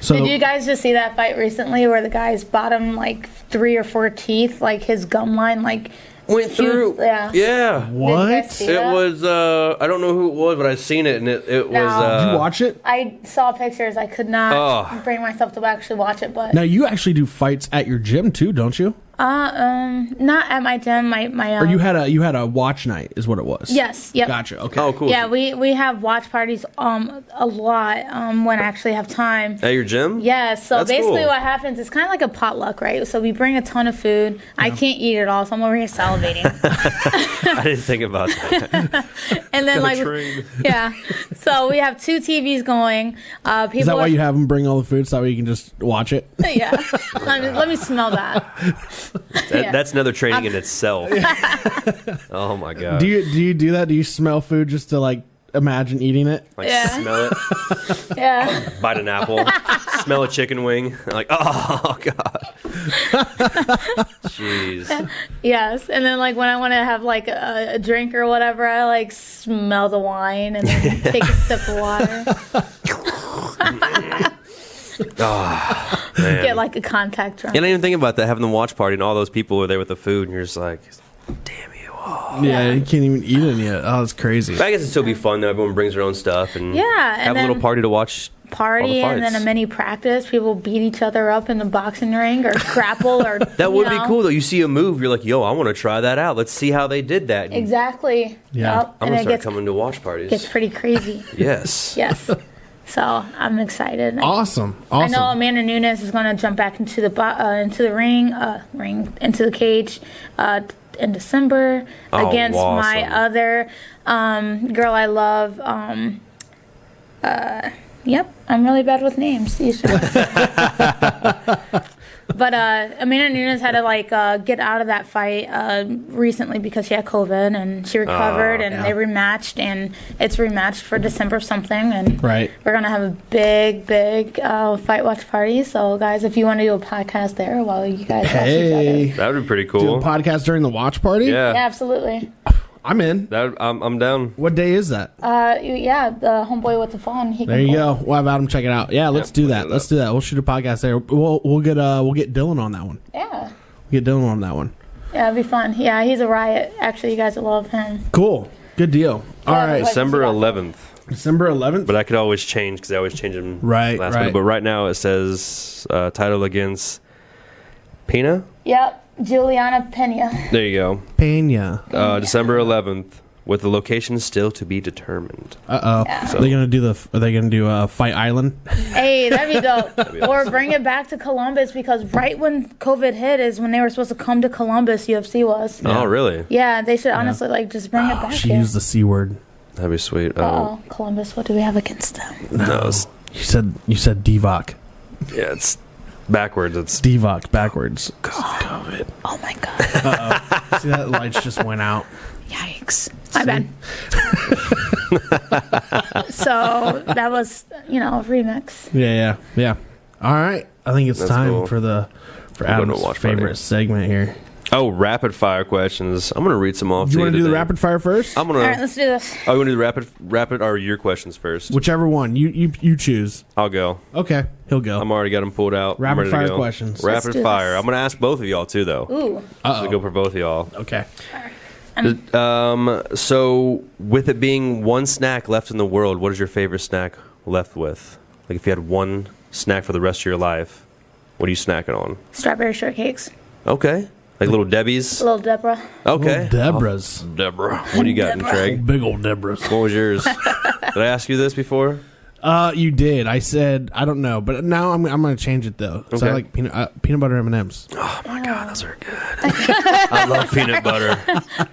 So
Did you guys just see that fight recently where the guy's bottom like three or four teeth, like his gum line, like
Went
Huge- through. yeah.
Yeah.
what? Did
Did you
you
guys
It
Yeah.
was uh I don't know who it was, but I seen it and it, it was
No.
uh
watch it?
I saw pictures. I could not
Oh.
bring myself to actually watch it, but
Now you actually do fights at your gym too, don't you?
Uh, um, not at my gym. My my. Um,
Or you had a you had a watch night, is what it was.
Yes, yep.
Gotcha. Okay.
Oh, cool.
Yeah, we we have watch parties um a lot um when I actually have time.
At your gym?
Yeah, so
That's
basically
cool.
what happens is kind of like a potluck, right? So we bring a ton of food. I can't eat it all, so I'm over here salivating.
I didn't think about that.
and then like yeah, so we have two TVs going. Uh, people
Is that why
are-
you have them bring all the food so that way you can just watch it?
yeah. Let me, let me smell that.
That-
Yeah.
That's another training in itself. oh my god!
Uh,
Do you do you do that? Do you smell food just to like imagine eating it?
like
Yeah.
smell it,
Yeah.
bite an apple, smell a chicken wing. Like oh god. Jeez.
Yes. And then like when I want to have like a, a drink or whatever, I like smell the wine and then take a sip of water.
Ah, man.
Get like a contact drunk.
I didn't even think about that. Having the watch party and all those people were there with the food, and you're just like, damn you all.
Yeah, you can't even eat it yet. Oh, it's crazy.
But I guess it'd still be fun though. Everyone brings their own stuff and
Yeah, and
have a little
then-
party to watch. All
party
the
and then a
fights.
mini practice. People beat each other up in the boxing ring or grapple or
That
you
would
know.
be cool though. You see a move, you're like, yo, I want to try that out. Let's see how they did that. And
Exactly.
Yeah.
I'm
Yep. and
gonna
it
start
gets,
coming to watch parties.
gets pretty crazy.
yes.
yes. So I'm excited.
Awesome.
I
Awesome.
know Amanda Nunes is gonna jump back into the bo- uh, into the ring, uh, ring into the cage uh, in December
Oh,
against my
awesome.
other um, girl I love. Um, uh, yep, I'm really bad with names. You should. but uh, Amanda Nunes had to like uh, get out of that fight uh, recently because she had COVID and she recovered, and
yeah.
they rematched, and it's rematched for December something, and
Right.
we're gonna have a big, big uh, fight watch party. So, guys, if you want to do a podcast there while you guys watch each other,
Hey.
That would be pretty
Do a
cool.
podcast during the watch party?
Yeah.
yeah, absolutely.
I'm in.
That I'm, I'm down.
What day is that?
Uh, you- yeah, the homeboy with the phone. He
there
can
you
pull.
go. We'll have Adam check it out. Yeah, let's do
we'll
that.
do
Let's
that.
do that. We'll shoot a podcast there. We'll we'll get uh we'll get Dylan on that one.
Yeah,
We'll get Dylan on that one.
yeah, it'd be fun. Yeah, he's a riot. Actually, you guys will love him.
Cool. Good deal. All
Yeah,
right.
like-
December 11th,
December 11th.
but I could always change because I always change them
Right,
last
right.
minute. But right now it says uh, title against Pina.
Yep, Juliana Pena.
There you go.
Pena.
Uh, December 11th, with the location still to be determined.
Uh oh. Are they gonna do the? Are they gonna do uh, Fight Island?
Hey, that'd be dope. or bring it back to Columbus because right when COVID hit is when they were supposed to come to Columbus. UFC was.
Oh, really?
Yeah, they should honestly like just bring it back.
Oh, She
here.
used the c word.
That'd be sweet. Uh,
Oh, Columbus, what do we have against them?
no, it's,
You said you said Divock.
yeah, it's backwards. It's
Divock backwards. COVID.
Oh my god.
See that lights just went out.
Yikes. My bad. so that was, you know, a remix.
Yeah, yeah, yeah. All right. I think it's
That's
time
cool.
for the for
I'm gonna
Adam's
watch
favorite
Friday.
segment here.
oh, rapid fire questions. I'm gonna read some off.
Do you
want to
do the
today. Uh,
rapid fire first?
I'm gonna.
All right, let's do this.
I want to do rapid, rapid, or your questions first.
Whichever one you you you choose.
I'll go.
Okay, he'll
I'm
go.
already got them pulled out. I'm
Rapid
ready to
fire
go.
questions.
Let's do
Rapid
this.
fire. I'm gonna ask both of y'all too, though.
Ooh.
This will go for both of y'all.
Okay.
Um, so with it being one snack left in the world, what is your favorite snack left with? Like if you had one snack for the rest of your life, what are you snacking on?
Strawberry shortcakes.
Okay, like little Debbie's.
Little Deborah.
Okay,
Little Deborah's.
Oh, Deborah. What do you got,
Deborah.
Craig?
Big old Deborah's.
What was yours? Did I ask you this before?
Uh, you did. I said I don't know, but now I'm I'm gonna change it though. So I
Okay.
like peanut uh, peanut butter M and M's.
Oh my god, those are good. I love peanut butter.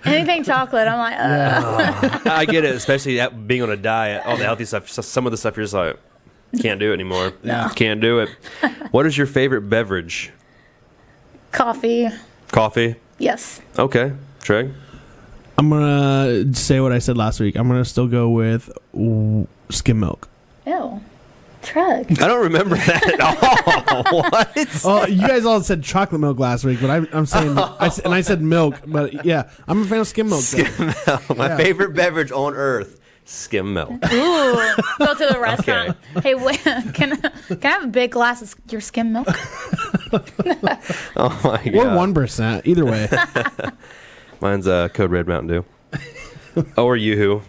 Anything chocolate. I'm like, uh,
I get it, especially at being on a diet, all the healthy stuff. So- Some of the stuff you're just like, can't do it anymore.
No.
Can't do it. What is your favorite beverage?
coffee.
Coffee.
Yes.
Okay, Trey.
I'm gonna say what I said last week. I'm gonna still go with w- skim milk.
Ew. Truck.
I don't remember that at all. what?
Oh, you guys all said chocolate milk last week, but I, I'm saying, I s and I said milk, but yeah, I'm a fan of skim milk. though.
My favorite beverage on earth: skim milk.
Ooh. Go to the restaurant. Hey, wait, can, can I have a big glass of your skim milk?
Oh my god.
Or one percent, either way.
Mine's uh, Code Red Mountain Dew. Oh, or YooHoo.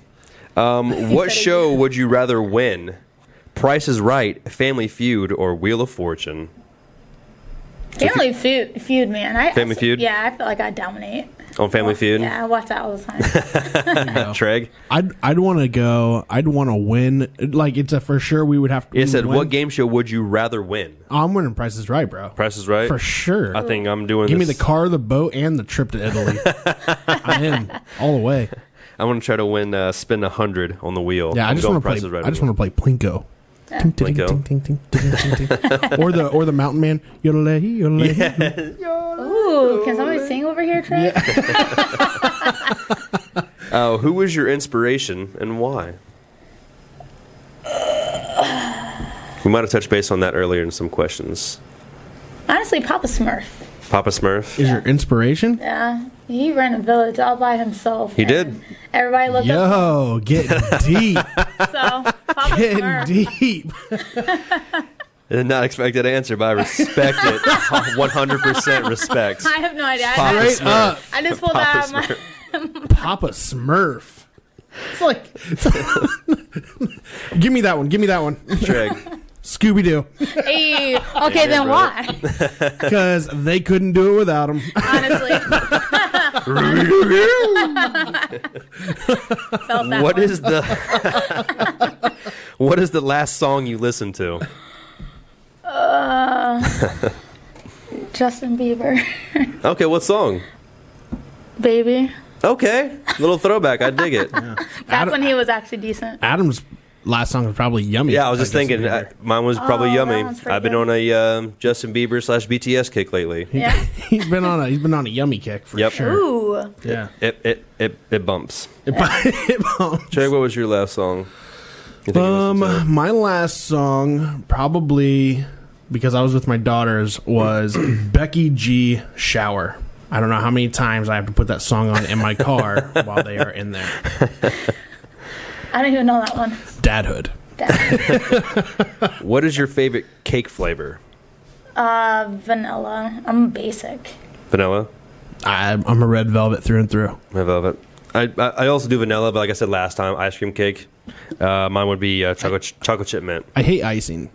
Um, what
said it.
show would you rather win? Price is Right, Family Feud, or Wheel of Fortune?
Family Feud, feud man. I,
Family
I-
Feud?
Yeah, I feel like I dominate.
on Family Feud.
Oh, Yeah, I watch that all the time.
Treg.
I'd I'd want to go. I'd want to win. Like it's a for sure. We would have to.
It said,
win. Oh,
"What game show would you rather win?"
I'm winning Price is Right, bro.
Price is Right.
for sure.
I think I'm doing.
Give me the
this-
car, the boat, and the trip to Italy. I am all the way.
I'm gonna try to win. Uh, spin a hundred on the wheel.
Yeah, i
I'm
just
going
want to
Price is
play.
Right
I just
on the
want to play Plinko. Ting, ting,
Plinko.
ting, ting, ting, ting, ting, ting, ting. or the or the mountain man. Yodelay, yodelay.
Ooh, can somebody sing over here, Trey?
wheel. Uh, who was your inspiration and why? We might have touched base on that earlier in some questions.
Honestly, Papa Smurf.
Papa Smurf.
Is your inspiration?
Yeah, he ran a village all by himself.
He did.
and Everybody looked up.
Yo, get deep,
So Papa
get
Smurf.
deep.
I did not expect that answer, but I respect it. 100% respect.
I have no idea. I,
Papa
I,
Straight
Smurf.
up,
I just pulled that
Papa
out of my.
Smurf.
Papa Smurf. It's like, give me that one. Give me that one.
Treg.
Scooby Doo,
Hey, okay,
Yeah,
then
brother.
why?
because they couldn't do it without him.
Honestly, felt that.
what
one.
is the What is the last song you listened to?
Justin Bieber,
Okay, what song?
baby?
Okay. Little throwback. I dig it. Yeah,
Back
don't-
when he was actually decent.
Adam's last song was probably yummy.
I was just
guess,
thinking uh,
maybe.
I, mine was probably
Oh, that
yummy.
one's pretty
I've been
good.
on a um, Justin Bieber slash BTS kick lately.
Yeah.
he's been on a he's been on a yummy kick for
Yep.
sure.
Ooh.
Yeah.
It it it, it bumps.
It bumps.
Treg, what was your last song? you think you listened
Um,
to?
my last song, probably because I was with my daughters, was Becky G. Shower. I don't know how many times I have to put that song on in my car while they are in there.
I don't even know that one.
Dadhood.
What is your favorite cake flavor?
Uh, vanilla. I'm basic.
Vanilla.
I, I'm a red velvet through and through.
My velvet. I, I I also do vanilla, but like I said last time, ice cream cake. Uh, mine would be uh, chocolate ch- chocolate chip mint.
I hate icing.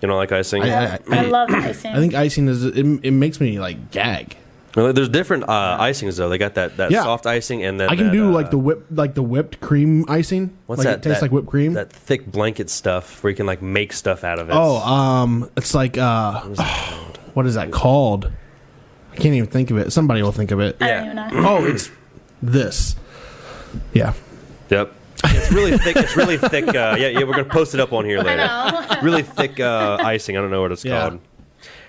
You know, like icing.
I-
I, love icing.
I think icing is it, it makes me like gag.
Well, There's different uh, icings though. They got that, that
Yeah.
soft icing and then
I can
that,
do
uh,
like the whip, like the whipped cream icing.
what's
like
that?
It tastes
that-
like whipped cream.
That thick blanket stuff where you can like make stuff out of it.
Oh, um, it's like uh, what is that called? I can't even think of it. Somebody will think of it.
I
yeah.
don't even know.
Oh, it's this. Yeah.
yep. It's really thick. It's really thick. Uh, yeah, yeah. We're gonna post it up on here
I
later.
know.
Really thick uh, icing. I don't know what it's
Yeah.
called.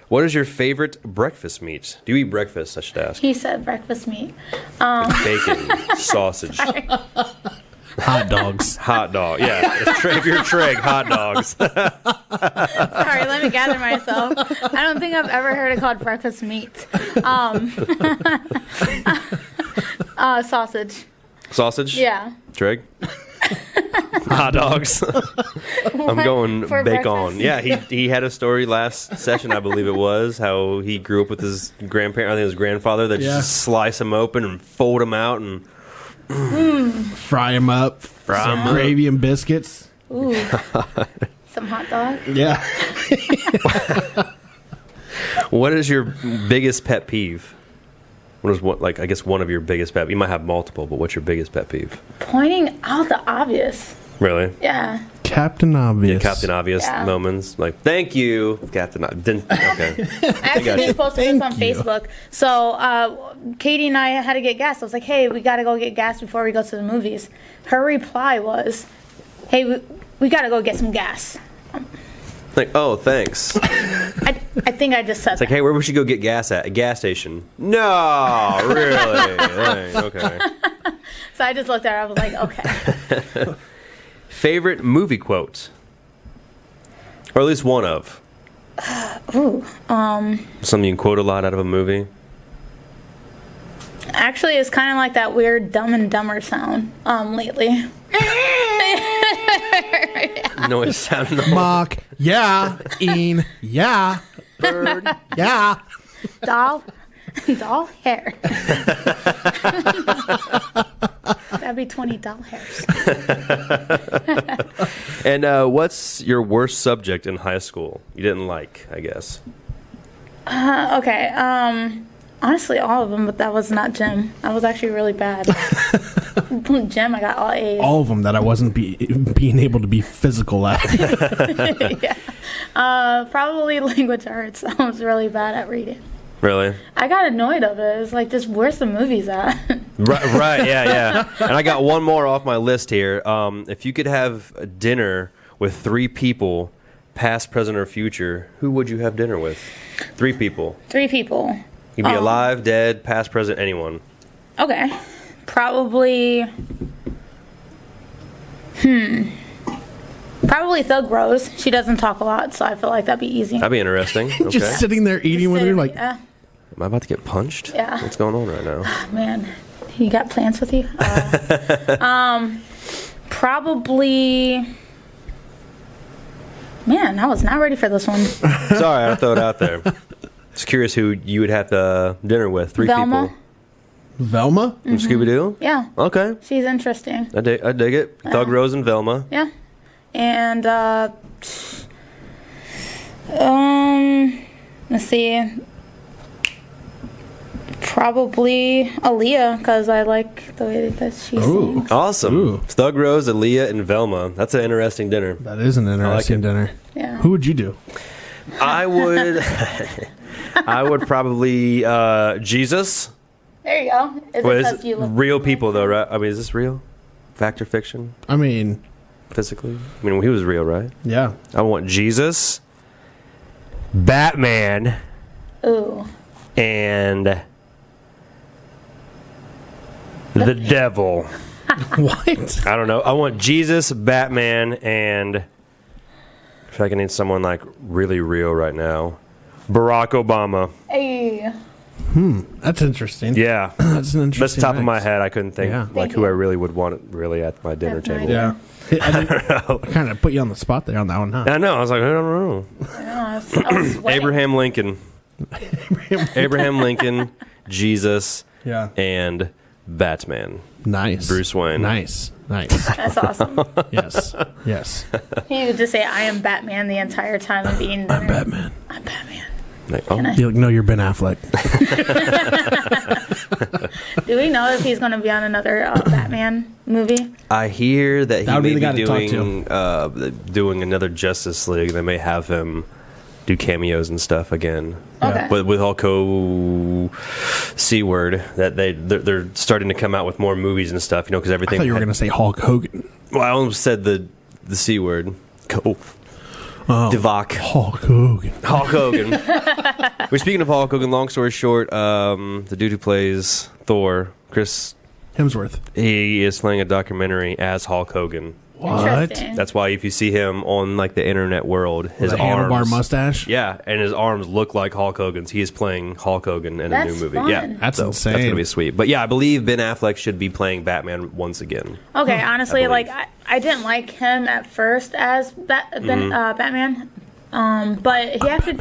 What is your favorite breakfast meat? Do you eat breakfast? I should ask.
He said breakfast meat.
Bacon, sausage,
Hot dogs.
hot dog. Yeah, it's tra- if you're Treg, hot dogs.
Sorry, let me gather myself. I don't think I've ever heard it called breakfast meat. Um, uh, sausage.
sausage.
Yeah.
Treg. hot dogs. I'm going
For
bake
breakfast.
on. Yeah, he he had a story last session, I believe it was, how he grew up with his grandparent, I think his grandfather, that
Yeah.
just slice him open and fold him out and
Fry them up.
Fry
some
'em up.
gravy and biscuits.
Ooh. Some hot dog.
Yeah.
What is your biggest pet peeve? What is what like I guess one of your biggest pet? You might have multiple, but what's your biggest pet peeve?
Pointing out the obvious.
Really,
Yeah.
Captain Obvious.
Captain Obvious
Yeah.
moments like thank you, Captain. Ob- Didn't, okay,
I actually
gotcha.
just posted this on
Thank you.
Facebook. So uh, Katie and I had to get gas. I was like, hey, we got to go get gas before we go to the movies. Her reply was, hey, we, we got to go get some gas.
like oh thanks.
I, I think I just said
Like,
that.
hey, where would you go get gas at? A gas station. No, really? Dang, okay.
So I just looked at her. I was like, okay.
Favorite movie quote? Or at least one of.
Ooh.
Something you can quote a lot out of a movie?
Actually, it's kind of like that weird Dumb and Dumber sound um, lately.
No, it sounded like
Mock. Yeah. Ean. Yeah.
bird.
Yeah.
Doll, doll hair. That'd be 20 doll hairs.
And uh, what's your worst subject in high school you didn't like, I guess?
Uh, okay. Um, honestly, all of them, but that was not Jim. I was actually really bad. Jim, I got all A's.
All of them that I wasn't be, being able to be physical at.
yeah. Uh, probably language arts. I was really bad at reading.
Really?
I got annoyed of it. It's like, just where's the movies at?
Right, right, yeah, yeah. And I got one more off my list here. Um, if you could have dinner with three people, past, present, or future, who would you have dinner with? Three people.
Three people.
You'd
Um,
be alive, dead, past, present, anyone.
Okay. Probably. Hmm. Probably Thug Rose. She doesn't talk a lot, so I feel like that'd be easy.
That'd be interesting. Okay.
Just sitting there eating with her, like,
Yeah.
Am I about to get punched?
Yeah.
What's going on right now?
Man, you got plans with you? Uh, um, probably. Man, I was not ready for this one.
Sorry, I throw it out there. Just curious who you would have to uh, dinner with. Three
Velma? Mm-hmm.
people.
Velma?
From Scooby Doo?
Yeah, Uh-huh.
Okay.
she's interesting.
I dig, I dig it. Thug Rose and Velma.
Yeah, and uh, um, let's see. Probably Aaliyah because I like the way that she
Ooh.
sings.
Awesome.
Ooh.
Thug Rose, Aaliyah, and Velma. That's an interesting dinner.
That is an interesting
it.
dinner.
Yeah.
Who would you do?
I would, I would probably uh, Jesus.
There you go. Is it
Well, is
'cause you
it
look-
real people though, right? I mean, is this real? Fact or fiction?
I mean,
Physically? I mean, he was real, right?
yeah.
I want Jesus, Batman,
Ooh.
and the devil.
what?
I don't know. I want Jesus, Batman, and if I can name someone like really real right now, Barack Obama.
Hey.
That's interesting.
Yeah,
That's an interesting.
that's the top of
mix.
my head. I couldn't think
Yeah.
like
Thank
who
you.
I really would want really at my dinner
That's
table.
nice.
Yeah. I, kind of put you on the spot there on that one, huh?
I know. I was like, I don't know.
No, I was- I was sweating.
Abraham Lincoln. Abraham Lincoln, Jesus,
Yeah.
and Batman.
Nice.
Bruce Wayne.
Nice. Nice.
That's awesome.
yes. Yes.
He would just say, "I am Batman" the entire time of eating dinner.
Batman.
I'm Batman.
Like, oh,
You're like, no, you're Ben Affleck.
Do we know if he's going to be on another uh, Batman movie?
I hear that he
That would be
may
the guy
be
to talk to.
doing uh, doing another Justice League. They may have him do cameos and stuff again.
Okay.
But with all co c word that they they're, they're starting to come out with more movies and stuff. You know, because
I
everything.
thought you were gonna say Hulk Hogan.
well, I almost said the the c word. Co.
oh.
Divock.
Hulk Hogan.
Hulk Hogan. We're speaking of Hulk Hogan. Long story short, um, the dude who plays Thor, Chris,
Hemsworth.
he is playing a documentary as Hulk Hogan.
Interesting.
That's why if you see him on like the internet world, his
The handlebar
arms,
mustache.
yeah, and his arms look like Hulk Hogan's. He is playing Hulk Hogan in a
That's
new movie.
fun.
Yeah,
That's insane.
that's gonna be sweet. But yeah, I believe Ben Affleck should be playing Batman once again.
Okay, honestly,
hmm, I believe.
like I, I didn't like him at first as Bat-
Mm-hmm.
ben, uh, Batman, um, but he actually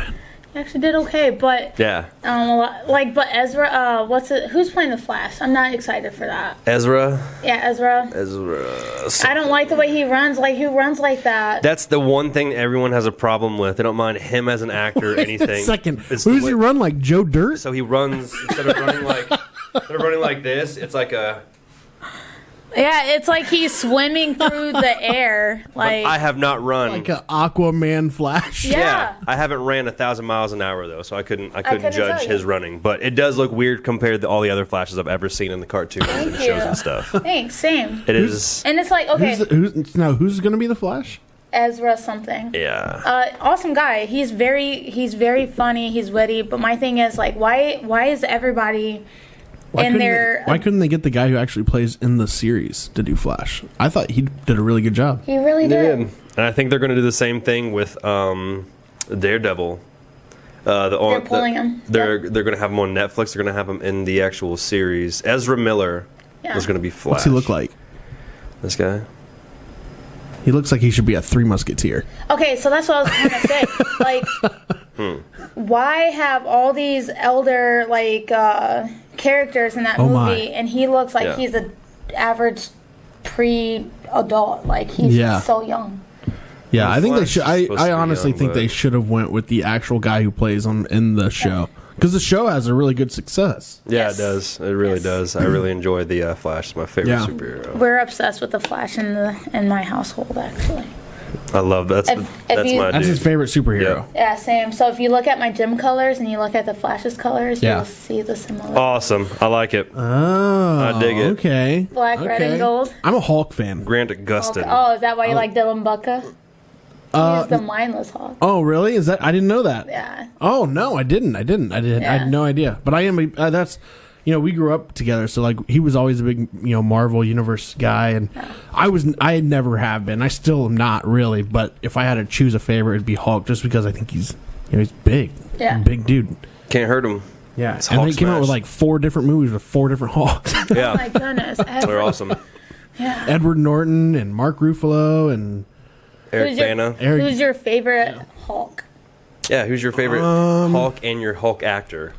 he actually did okay. But
Yeah,
um, a lot, like, but Ezra, uh, what's it? Who's playing the Flash? I'm not excited for that.
Ezra,
Yeah, Ezra.
Ezra.
I don't like the way he runs. Like, who runs like that?
That's the one thing everyone has a problem with. They don't mind him as an actor or anything.
Second.
It's
Who's
the
he
way-
run like? Joe Dirt.
So he runs instead of running like instead of running like this. It's like a.
Yeah, it's like he's swimming through the air. Like,
I have not run.
Like a Aquaman Flash.
Yeah.
I haven't ran a thousand miles an hour though, so I couldn't I couldn't,
couldn't
judge
tell you.
his running. But it does look weird compared to all the other flashes I've ever seen in the cartoons and
Thank
shows
you.
and stuff.
thanks, same.
It is,
And it's like, okay,
Who's, the, who's now? Who's gonna be the Flash?
Ezra something.
yeah.
Uh, awesome guy. He's very he's very funny. He's witty. But my thing is like, why why is everybody in
couldn't
their?
they, why couldn't they get the guy who actually plays in the series to do Flash? I thought he did a really good job.
he really did.
and I think they're going to do the same thing with um, Daredevil. Uh, the on,
They're pulling
the,
him.
They're they're going to have him on Netflix. They're going to have him in the actual series. Ezra Miller
Yeah.
was going to be Flash.
What's he look like?
This guy.
He looks like he should be a Three Musketeer.
Okay, so that's what I was trying to say. Like, Hmm. why have all these elder like uh, characters in that
Oh
movie,
my.
and he looks like
Yeah.
he's a average pre-adult? Like he's
Yeah.
so young.
Yeah, I think they
Flash
should.
is
I,
supposed to
I
be
honestly
young,
think they
but-
should have went with the actual guy who plays him in the show because the show has a really good success.
Yeah,
Yes.
it does. It really
Yes.
does. I really enjoy the uh, Flash. It's my favorite
Yeah.
superhero.
We're obsessed with the Flash in the in my household, actually.
I love that's
If- if
that's
you-
my
That's
dude.
his favorite superhero.
Yeah, same. So if you look at my gym colors and you look at the Flash's colors,
Yeah.
you'll see the similarity.
Awesome. I like it.
Oh,
I dig it.
Okay,
Black, red, and
Okay.
gold.
I'm a Hulk fan.
Grant Augustin.
Oh, is that why you like Dylan Bucka?
Uh,
He's the mindless hawk.
Oh, really? Is that? I didn't know that.
Yeah.
Oh no, I didn't. I didn't. I didn't. I
Yeah.
had no idea. But I am. A, uh, that's. You know, we grew up together, so like he was always a big, you know, Marvel universe guy, and I was. I never have been. I still am not really. But if I had to choose a favorite, it'd be Hulk, just because I think he's, you know, he's big,
Yeah.
big dude.
oh.
Can't hurt him.
Yeah,
It's
and
Hulk
they came out with
smash.
like four different movies with four different Hawks:
Oh
Yeah,
my goodness.
they're
Every-
awesome.
Edward Norton and Mark Ruffalo and
Eric
Who's your-
Bana.
Eric.
Who's your favorite Hulk?
Yeah, who's your favorite
Um,
Hulk and your Hulk actor?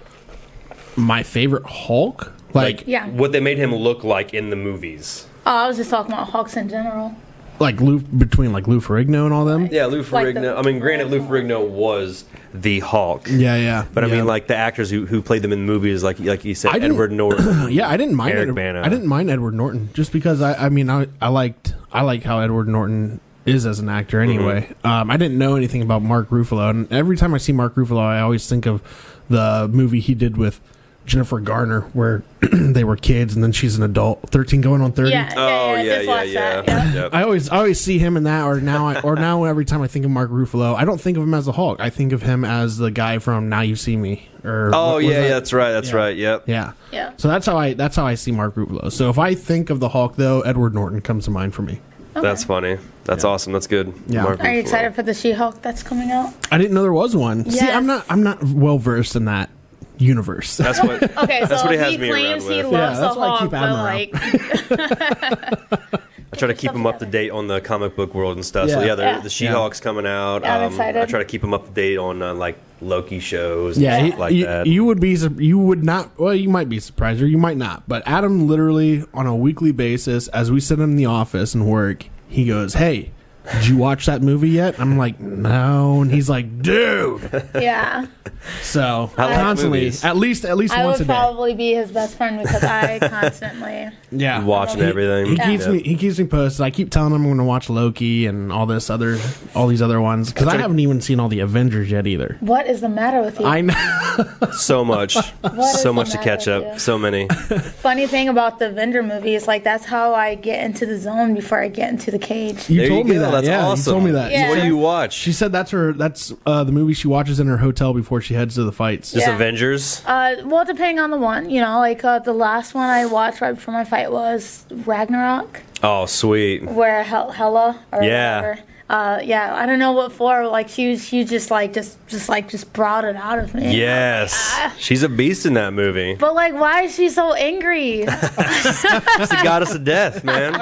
my favorite Hulk. Like, like,
Yeah.
What they made him look like in the movies.
Oh, I was just talking about Hulks in general.
Lou between like Lou Ferrigno and all them.
Yeah, Lou
Like
Ferrigno.
the-
I mean, granted, Lou Ferrigno was the Hulk.
Yeah, yeah.
But I
yeah.
mean, like the actors who, who played them in movies, like like you said,
I didn't-
Edward Norton.
Uh, yeah, I didn't mind.
Eric
Edward-
Bana.
I didn't mind Edward Norton just because I. I mean, I I liked I like how Edward Norton is as an actor
Mm-hmm.
anyway. Um, I didn't know anything about Mark Ruffalo, and every time I see Mark Ruffalo, I always think of the movie he did with. Jennifer Garner, where they were kids, and then she's an adult, thirteen going on thirty.
Yeah.
Oh
yeah,
yeah,
just
yeah,
watch
yeah.
that, yeah.
Yep.
I always I always see him in that, or now, I, or now every time I think of Mark Ruffalo, I don't think of him as a Hulk. I think of him as the guy from Now You See Me, or
Oh
what was
yeah,
that?
yeah, that's right, that's
Yeah.
right. Yep.
yeah,
Yeah.
So that's how I that's how I see Mark Ruffalo. So if I think of the Hulk, though, Edward Norton comes to mind for me.
That's funny. That's awesome. That's good.
Yeah.
Are you
Ruffalo.
excited for the She-Hulk that's coming out?
I didn't know there was one. See,
Yes.
I'm not I'm not well versed in that universe.
That's what.
Okay,
That's
so
what he has
he
me around
claims he
with.
loves
Yeah,
the
that's why I
Hulk,
keep
but
Admiral.
like,
I try to keep him up to date on the comic book world and stuff. So
Yeah.
yeah, the,
Yeah.
the She-Hulk's coming out.
Yeah, I'm
um, I
excited.
try to keep him up to date on uh, like Loki shows. And
Yeah,
yeah,
he-
like
you,
that.
you would be sur- you would not well you might be surprised or you might not, but Adam literally on a weekly basis as we sit in the office and work, he goes, "Hey, did you watch that movie yet?" I'm like, "No," and he's like, "Dude."
yeah.
So
like
constantly,
movies.
at least at least
I
once a
would
day.
probably be his best friend because I constantly.
yeah,
watching
He-
everything.
He, keeps
Yeah.
me he keeps me posted. I keep telling him I'm going to watch Loki and all this other all these other ones because I haven't even seen all the Avengers yet either.
What is the matter with you?
I know.
so much,
is
so
the
much to
matter
catch
with
up.
you?
So many.
Funny thing about the vendor movie is like that's how I get into the zone before I get into the cage.
You
There
told
you
me
go.
that.
That's
yeah,
awesome.
you told me that.
Yeah.
What do you watch?
She said that's her. That's uh, the movie she watches in her hotel before she heads to the fights.
Just
Yeah.
Avengers.
Uh, well, depending on the one, you know, like uh, the last one I watched right before my fight was Ragnarok,
Oh, sweet.
where Hel- Hella or
Yeah.
whatever. Uh, yeah, I don't know what for. Like she was, she just like just just like just brought it out of me.
Yes, she's a beast in that movie.
But like, why is she so angry?
She's the goddess of death, man.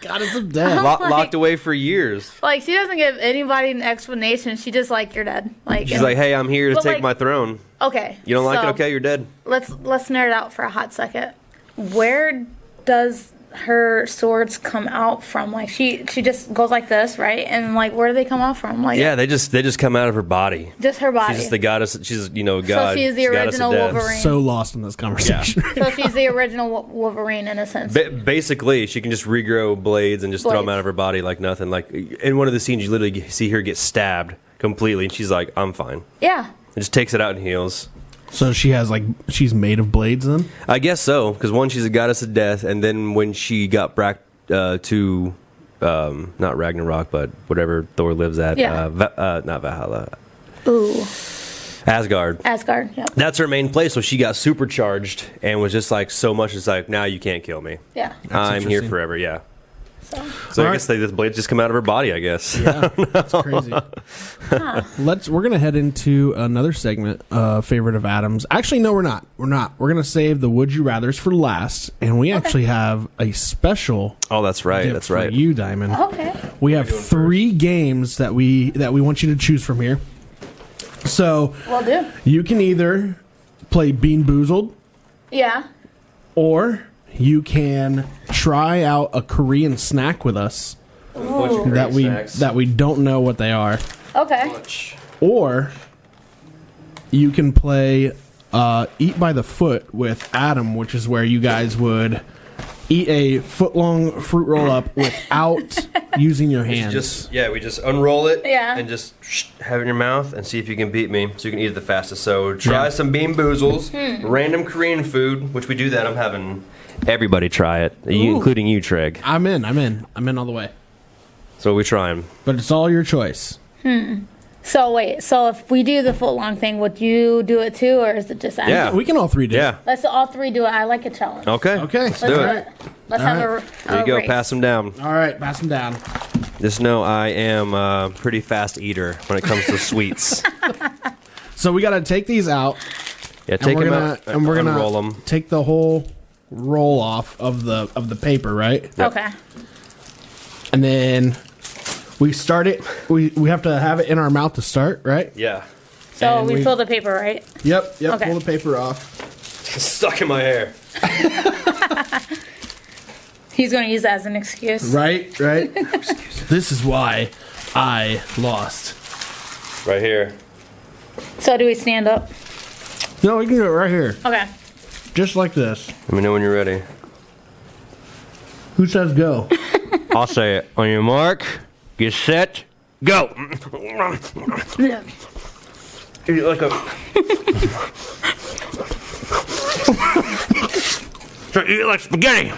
God, it's a dead.
Lo- locked away for years.
like she doesn't give anybody an explanation. She just like you're dead. Like
She's like, "Hey, I'm here to
But,
take
like-
my throne.
okay,
You don't like it?
so-
Okay, you're dead."
let's let's nerd out for a hot second. Where does her swords come out from? Like she she just goes like this, right? And like where do they come out from? Like
Yeah, they just they just come out of her body.
just her body.
She's just the goddess. She's you know god.
she is the
goddess of
original
death.
Wolverine.
So lost in this conversation.
so she's the original Wo- Wolverine in a sense.
Ba- basically, she can just regrow blades and just throw them
Blades.
out of her body like nothing. Like in one of the scenes, you literally g- see her get stabbed completely, and she's like, "I'm fine."
yeah.
And just takes it out and heals.
so she has like she's made of blades. Then
I guess so, because one, she's a goddess of death, and then when she got back uh, to um, not Ragnarok, but whatever Thor lives at,
Yeah.
uh, Va- uh, not Valhalla,
Ooh.
Asgard.
Asgard. Yep.
That's her main place, so she got supercharged and was just like so much. It's like now you can't kill me.
Yeah.
I'm here
interesting.
forever. Yeah.
So
So I
Alright.
guess they, this blade just come out of her body. I guess.
that's crazy. Let's. We're gonna head into another segment. Uh, favorite of Adams. Actually, no, we're not. We're not. We're gonna save the would you rather's for last, and we actually have a special.
Oh, that's right.
gift
That's
for
right.
You Diamond.
okay.
We have three games that we that we want you to choose from here. So
Well do.
you can either play Bean Boozled,
Yeah.
or you can try out a Korean snack with us.
Bunch of
that we
snacks.
that we don't know what they are,
Okay.
Bunch.
or you can play uh, eat by the foot with Adam, which is where you guys would eat a foot long fruit roll up without using your hands.
Just yeah, we just unroll it
Yeah.
and just sh- have it in your mouth and see if you can beat me. So you can eat it the fastest. So try
Yeah.
some bean boozles, random Korean food, which we do that. I'm having everybody try it, you, including you, Treg.
I'm in. I'm in. I'm in all the way.
So we try 'em.
But it's all your choice.
So wait. So if we do the foot long thing, would you do it too, or is it just Adam?
Yeah.
We can all three do. it.
Yeah.
Let's all three do it. I like a challenge.
Okay.
Okay.
Let's do it.
Let's
All
have
right.
a.
There
a
you go.
race.
Pass them down.
All right. Pass them down.
Just know I am a pretty fast eater when it comes to sweets.
So we got to take these out.
Yeah,
and
take
we're
them
gonna,
out
and we're gonna
roll them.
take the whole roll off of the of the paper, right?
Okay.
And then we start it. We we have to have it in our mouth to start, right?
Yeah,
So
And
we,
we-
fill the paper, right?
Yep. Yep.
Okay.
Pull the paper off.
It's stuck in my hair.
He's going to use that as an excuse.
Right. Right. this is why I lost.
Right here.
So do we stand up?
No, we can do it right here,
Okay.
just like this.
Let me know when you're ready.
Who says go?
I'll say it. On your mark, get set, go. Eat like a. so eat like spaghetti.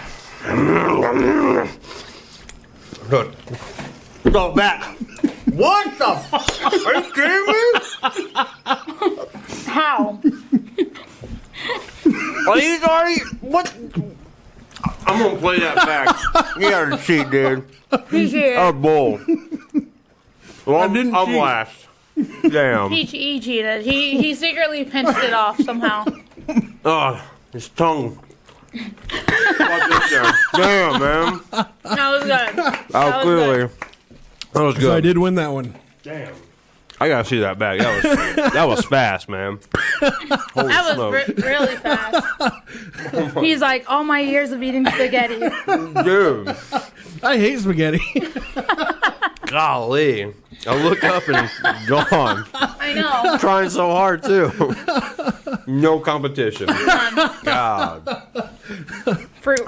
Good. Go back. What the? F- Are you kidding me?
How?
Are you sorry? What? I'm gonna play that back. you gotta cheat, dude.
Peach
A bull. Well, I'm,
didn't
I'm
cheat.
last. Damn.
he cheated. E He he secretly pinched it off somehow.
Oh, his tongue. Fuck this guy. Damn, man.
That was good.
Oh,
was
clearly.
good.
That was
So I
good.
did win that one.
Damn. I gotta see that back. That was that was fast, man. Holy
That was
smokes.
re- really fast. He's like, all my years of eating spaghetti.
dude.
I hate spaghetti.
Golly. I look up and it's gone.
I know.
Trying so hard too. No competition. God.
Fruit.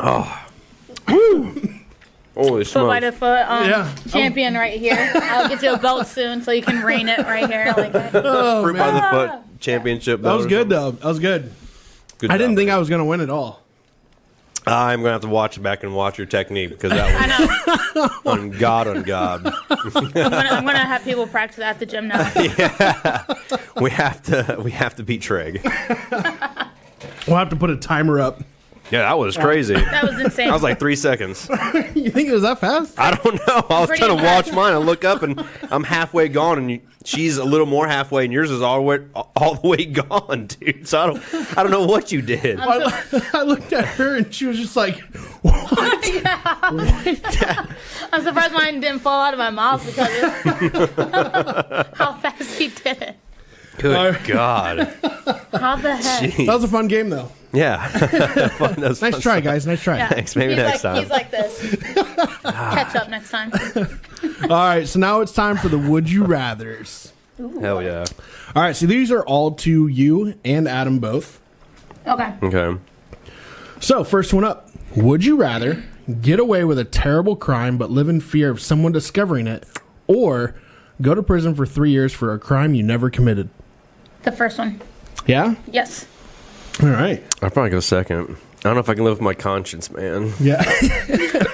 Holy
Foot by
smokes.
the foot. Um,
Yeah.
Champion right here. I'll get you a belt soon so you can reign it right here. Like that.
Fruit by the foot championship.
Oh, That was good though. That was good. I didn't think I was gonna win at all.
I'm gonna have to watch it back and watch your technique because
I
that
know.
was on God on God.
I'm gonna, I'm gonna have people practice at the gym now.
We have to we have to beat Treg.
We'll have to put a timer up.
Yeah, that was crazy. I
That was insane.
was like three seconds.
You think it was that fast?
I don't know. I was
Pretty
trying to
much.
watch mine. I look up and I'm halfway gone, and you, she's a little more halfway, and yours is all the way all the way gone, dude. So I don't I don't know what you did.
I, I looked at her and she was just like, "What?"
I'm surprised mine didn't fall out of my mouth because of how fast he did
I-
it.
Good God.
How the heck?
That was a fun game though.
Yeah. Fun- that was
Nice
fun
try,
stuff.
guys. Nice try.
Thanks. Maybe
he's
next
like,
time.
He's like this. Catch up next time.
All right, so now it's time for the would you rather's.
Hell yeah.
All right, so these are all to you and Adam both.
Okay.
Okay.
So first one up: Would you rather get away with a terrible crime but live in fear of someone discovering it, or go to prison for three years for a crime you never committed?
The first one.
Yeah.
Yes.
All right.
I'll probably go second. I don't know if I can live with my conscience, man.
Yeah.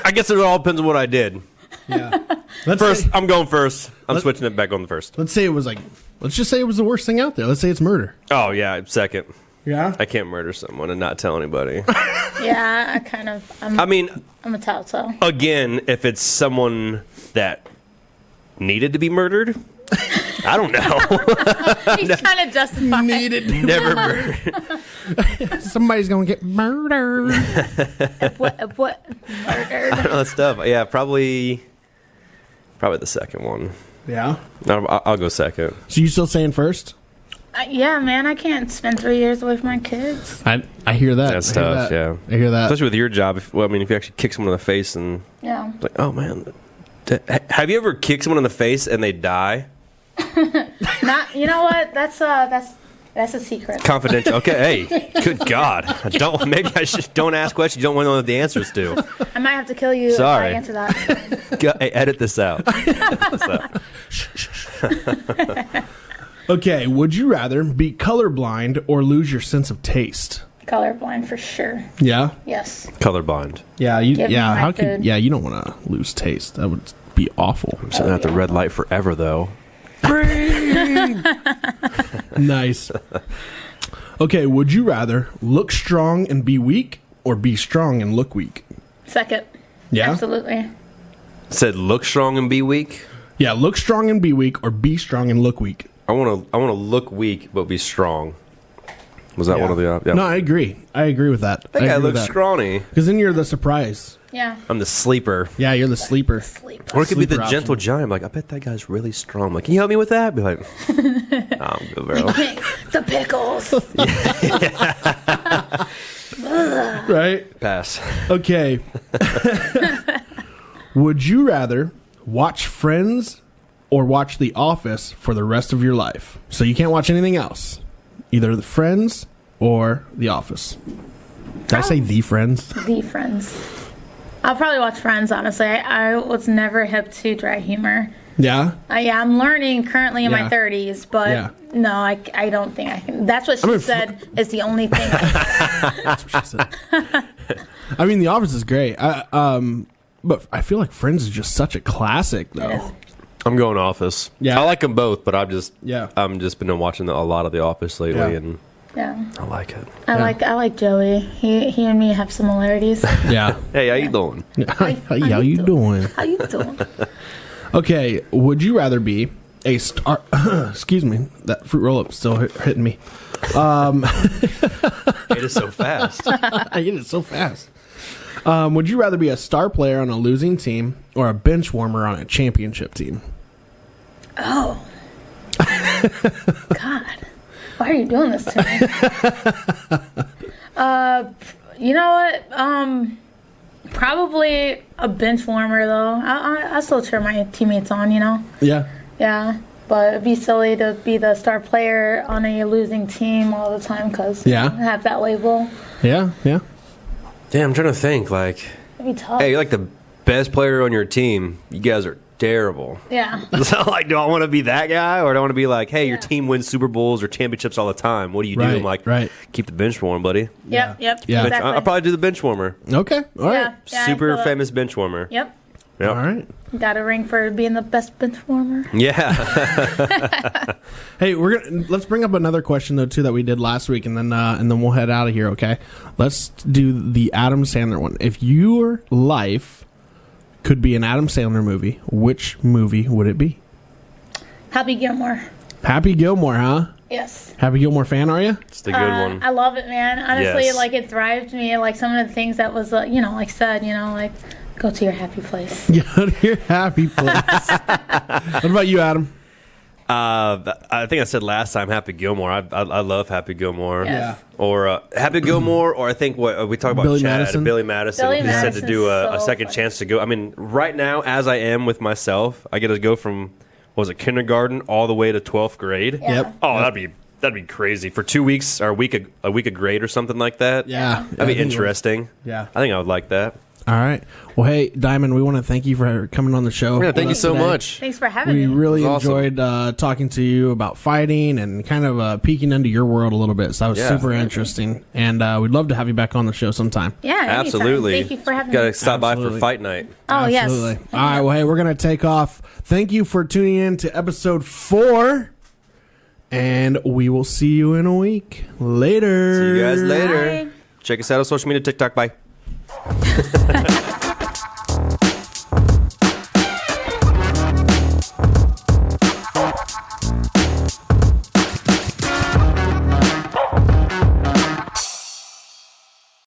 I guess it all depends on what I did.
yeah. Let's
First,
Say,
I'm going first. I'm
Let-
switching it back on the first.
let's say it was like. Let's just say it was the worst thing out there. Let's say it's murder.
Oh yeah, second.
Yeah.
I can't murder someone and not tell anybody.
Yeah, I kind of. I'm,
I mean,
I'm a tout, so.
again, if it's someone that needed to be murdered, I don't know.
He's trying to justify.
Needed.
Never murdered.
Somebody's gonna get murdered.
What? What? Murdered.
All that stuff. Yeah, probably, probably the second one.
yeah.
No, I- I'll go second.
So you still saying first?
Uh, yeah, man, I can't spend three years away from my kids.
I I hear that.
That's
I hear
tough,
that.
yeah.
I hear that.
Especially with your job. If, well, I mean, if you actually kick someone in the face and
Yeah.
like, oh man, H- Have you ever kicked someone in the face and they die?
Not, you know what? That's uh, that's that's a secret.
Confidential. Okay. Hey, good God. I don't. Maybe I should don't ask questions you don't want to know the answers to.
I might have to kill you
Sorry.
if I answer that.
Go- hey, edit this out.
Okay, would you rather be colorblind or lose your sense of taste?
Colorblind for sure.
Yeah,
Yes.
Colorblind.
yeah, you,
Give me
yeah.
my
How could
food.
yeah? You don't want to lose taste. That would be awful.
I'm sitting at the red light forever, though.
nice. Okay, would you rather look strong and be weak, or be strong and look weak?
Second.
Yeah,
Absolutely.
Said look strong and be weak.
yeah. Look strong and be weak, or be strong and look weak.
I want to. I want to look weak but be strong. Was that one of the options?
No, I agree. I agree with that.
I think I,
agree with
look
that.
scrawny.
Because then you're the surprise.
Yeah.
I'm the sleeper.
Yeah, you're the sleeper.
Sleep.
Or it could be the
Sleeper
gentle
option.
giant. I'm like, I bet that guy's really strong. I'm like, can you help me with that? I'd be like, I'm good, bro.
the pickles.
Right?
Pass.
Okay. Would you rather watch Friends or watch The Office for the rest of your life? So you can't watch anything else. Either The Friends or The Office. Did I say The Friends?
the Friends. I'll probably watch Friends. Honestly, I, I was never hip to dry humor.
Yeah.
I, yeah, I'm learning currently in
Yeah.
my 30s, but
Yeah.
no, I, I don't think I can. That's what she
mean, fr-
said is the only thing. I,
That's what she said. I mean, The Office is great. I, um, but I feel like Friends is just such a classic, though.
I'm going office.
Yeah.
I like them both, but I'm just
Yeah.
I'm just been watching the, a lot of The Office lately,
Yeah.
and
yeah,
I like it.
I like I like Joey. He he and me have similarities.
Yeah.
Hey, how you doing?
Hi, hi, how you doing?
How you doing?
Okay, would you rather be a star? excuse me, that fruit roll up still hit, hitting me.
it is so fast.
I get it so fast. Um, would you rather be a star player on a losing team or a bench warmer on a championship team?
Oh, God, why are you doing this to me? uh, you know what? Um, probably a bench warmer though. I I, I still cheer my teammates on. You know.
Yeah,
Yeah, but it'd be silly to be the star player on a losing team all the time because
Yeah.
have that label.
yeah, yeah.
Damn, I'm trying to think. Like,
It'd be tough.
hey, you're like the best player on your team. You guys are terrible.
yeah,
So, like, do I want to be that guy, or do I want to be like, hey, your team wins Super Bowls or championships all the time? What do you do?
Right,
I'm like,
right.
keep the bench warm, buddy.
Yeah.
yep, yep,
Yeah.
Bench-
exactly.
I, will probably do the bench warmer.
Okay, all right,
yeah, yeah, I
Super
feel it.
famous bench warmer.
Yep,
Yep.
all right.
got a ring for being the best bench warmer.
Yeah.
Hey, we're gonna let's bring up another question though too that we did last week, and then uh, and then we'll head out of here. Okay, let's do the Adam Sandler one. If your life could be an Adam Sandler movie, which movie would it be?
Happy Gilmore.
Happy Gilmore, huh?
Yes.
Happy Gilmore fan, are you?
it's the good
Uh,
one.
I love it, man. Honestly,
Yes.
like it thrived me. Like some of the things that was, uh, you know, like said, you know, like go to your happy place.
Go to your happy place. what about you, Adam?
Uh, th- I think I said last time Happy Gilmore. I I, I love Happy Gilmore.
Yeah.
Or uh, Happy Gilmore, or I think what uh, we talked about
Mm-hmm. Billy
Chad,
Madison?
Billy Madison.
Billy
he said to
Madison's
do a, a
so
second
funny.
chance to go. I mean, right now as I am with myself, I get to go from what was it kindergarten all the way to twelfth grade.
Yeah.
Yep.
Oh, that'd be that'd be crazy for two weeks or a week a, a week of grade or something like that.
Yeah. Yeah, I
That'd
think
be
it was.
interesting.
Yeah.
I think I would like that.
All right. Well, hey, Diamond, we want to thank you for coming on the show.
Yeah, thank
with
you
us
so
today.
much.
Thanks for having
We
me.
really
It was awesome.
enjoyed uh, talking to you about fighting and kind of uh, peeking into your world a little bit. So that was
Yeah.
super interesting, and uh, we'd love to have you back on the show sometime.
yeah, anytime.
Absolutely.
Thank you for having
Gotta
me.
stop by
Absolutely.
for fight night.
Oh
Absolutely.
yes.
All right. Well, hey, we're gonna take off. Thank you for tuning in to episode four, and we will see you in a week. Later.
See you guys later.
Bye.
Check us out on social media, TikTok. Bye.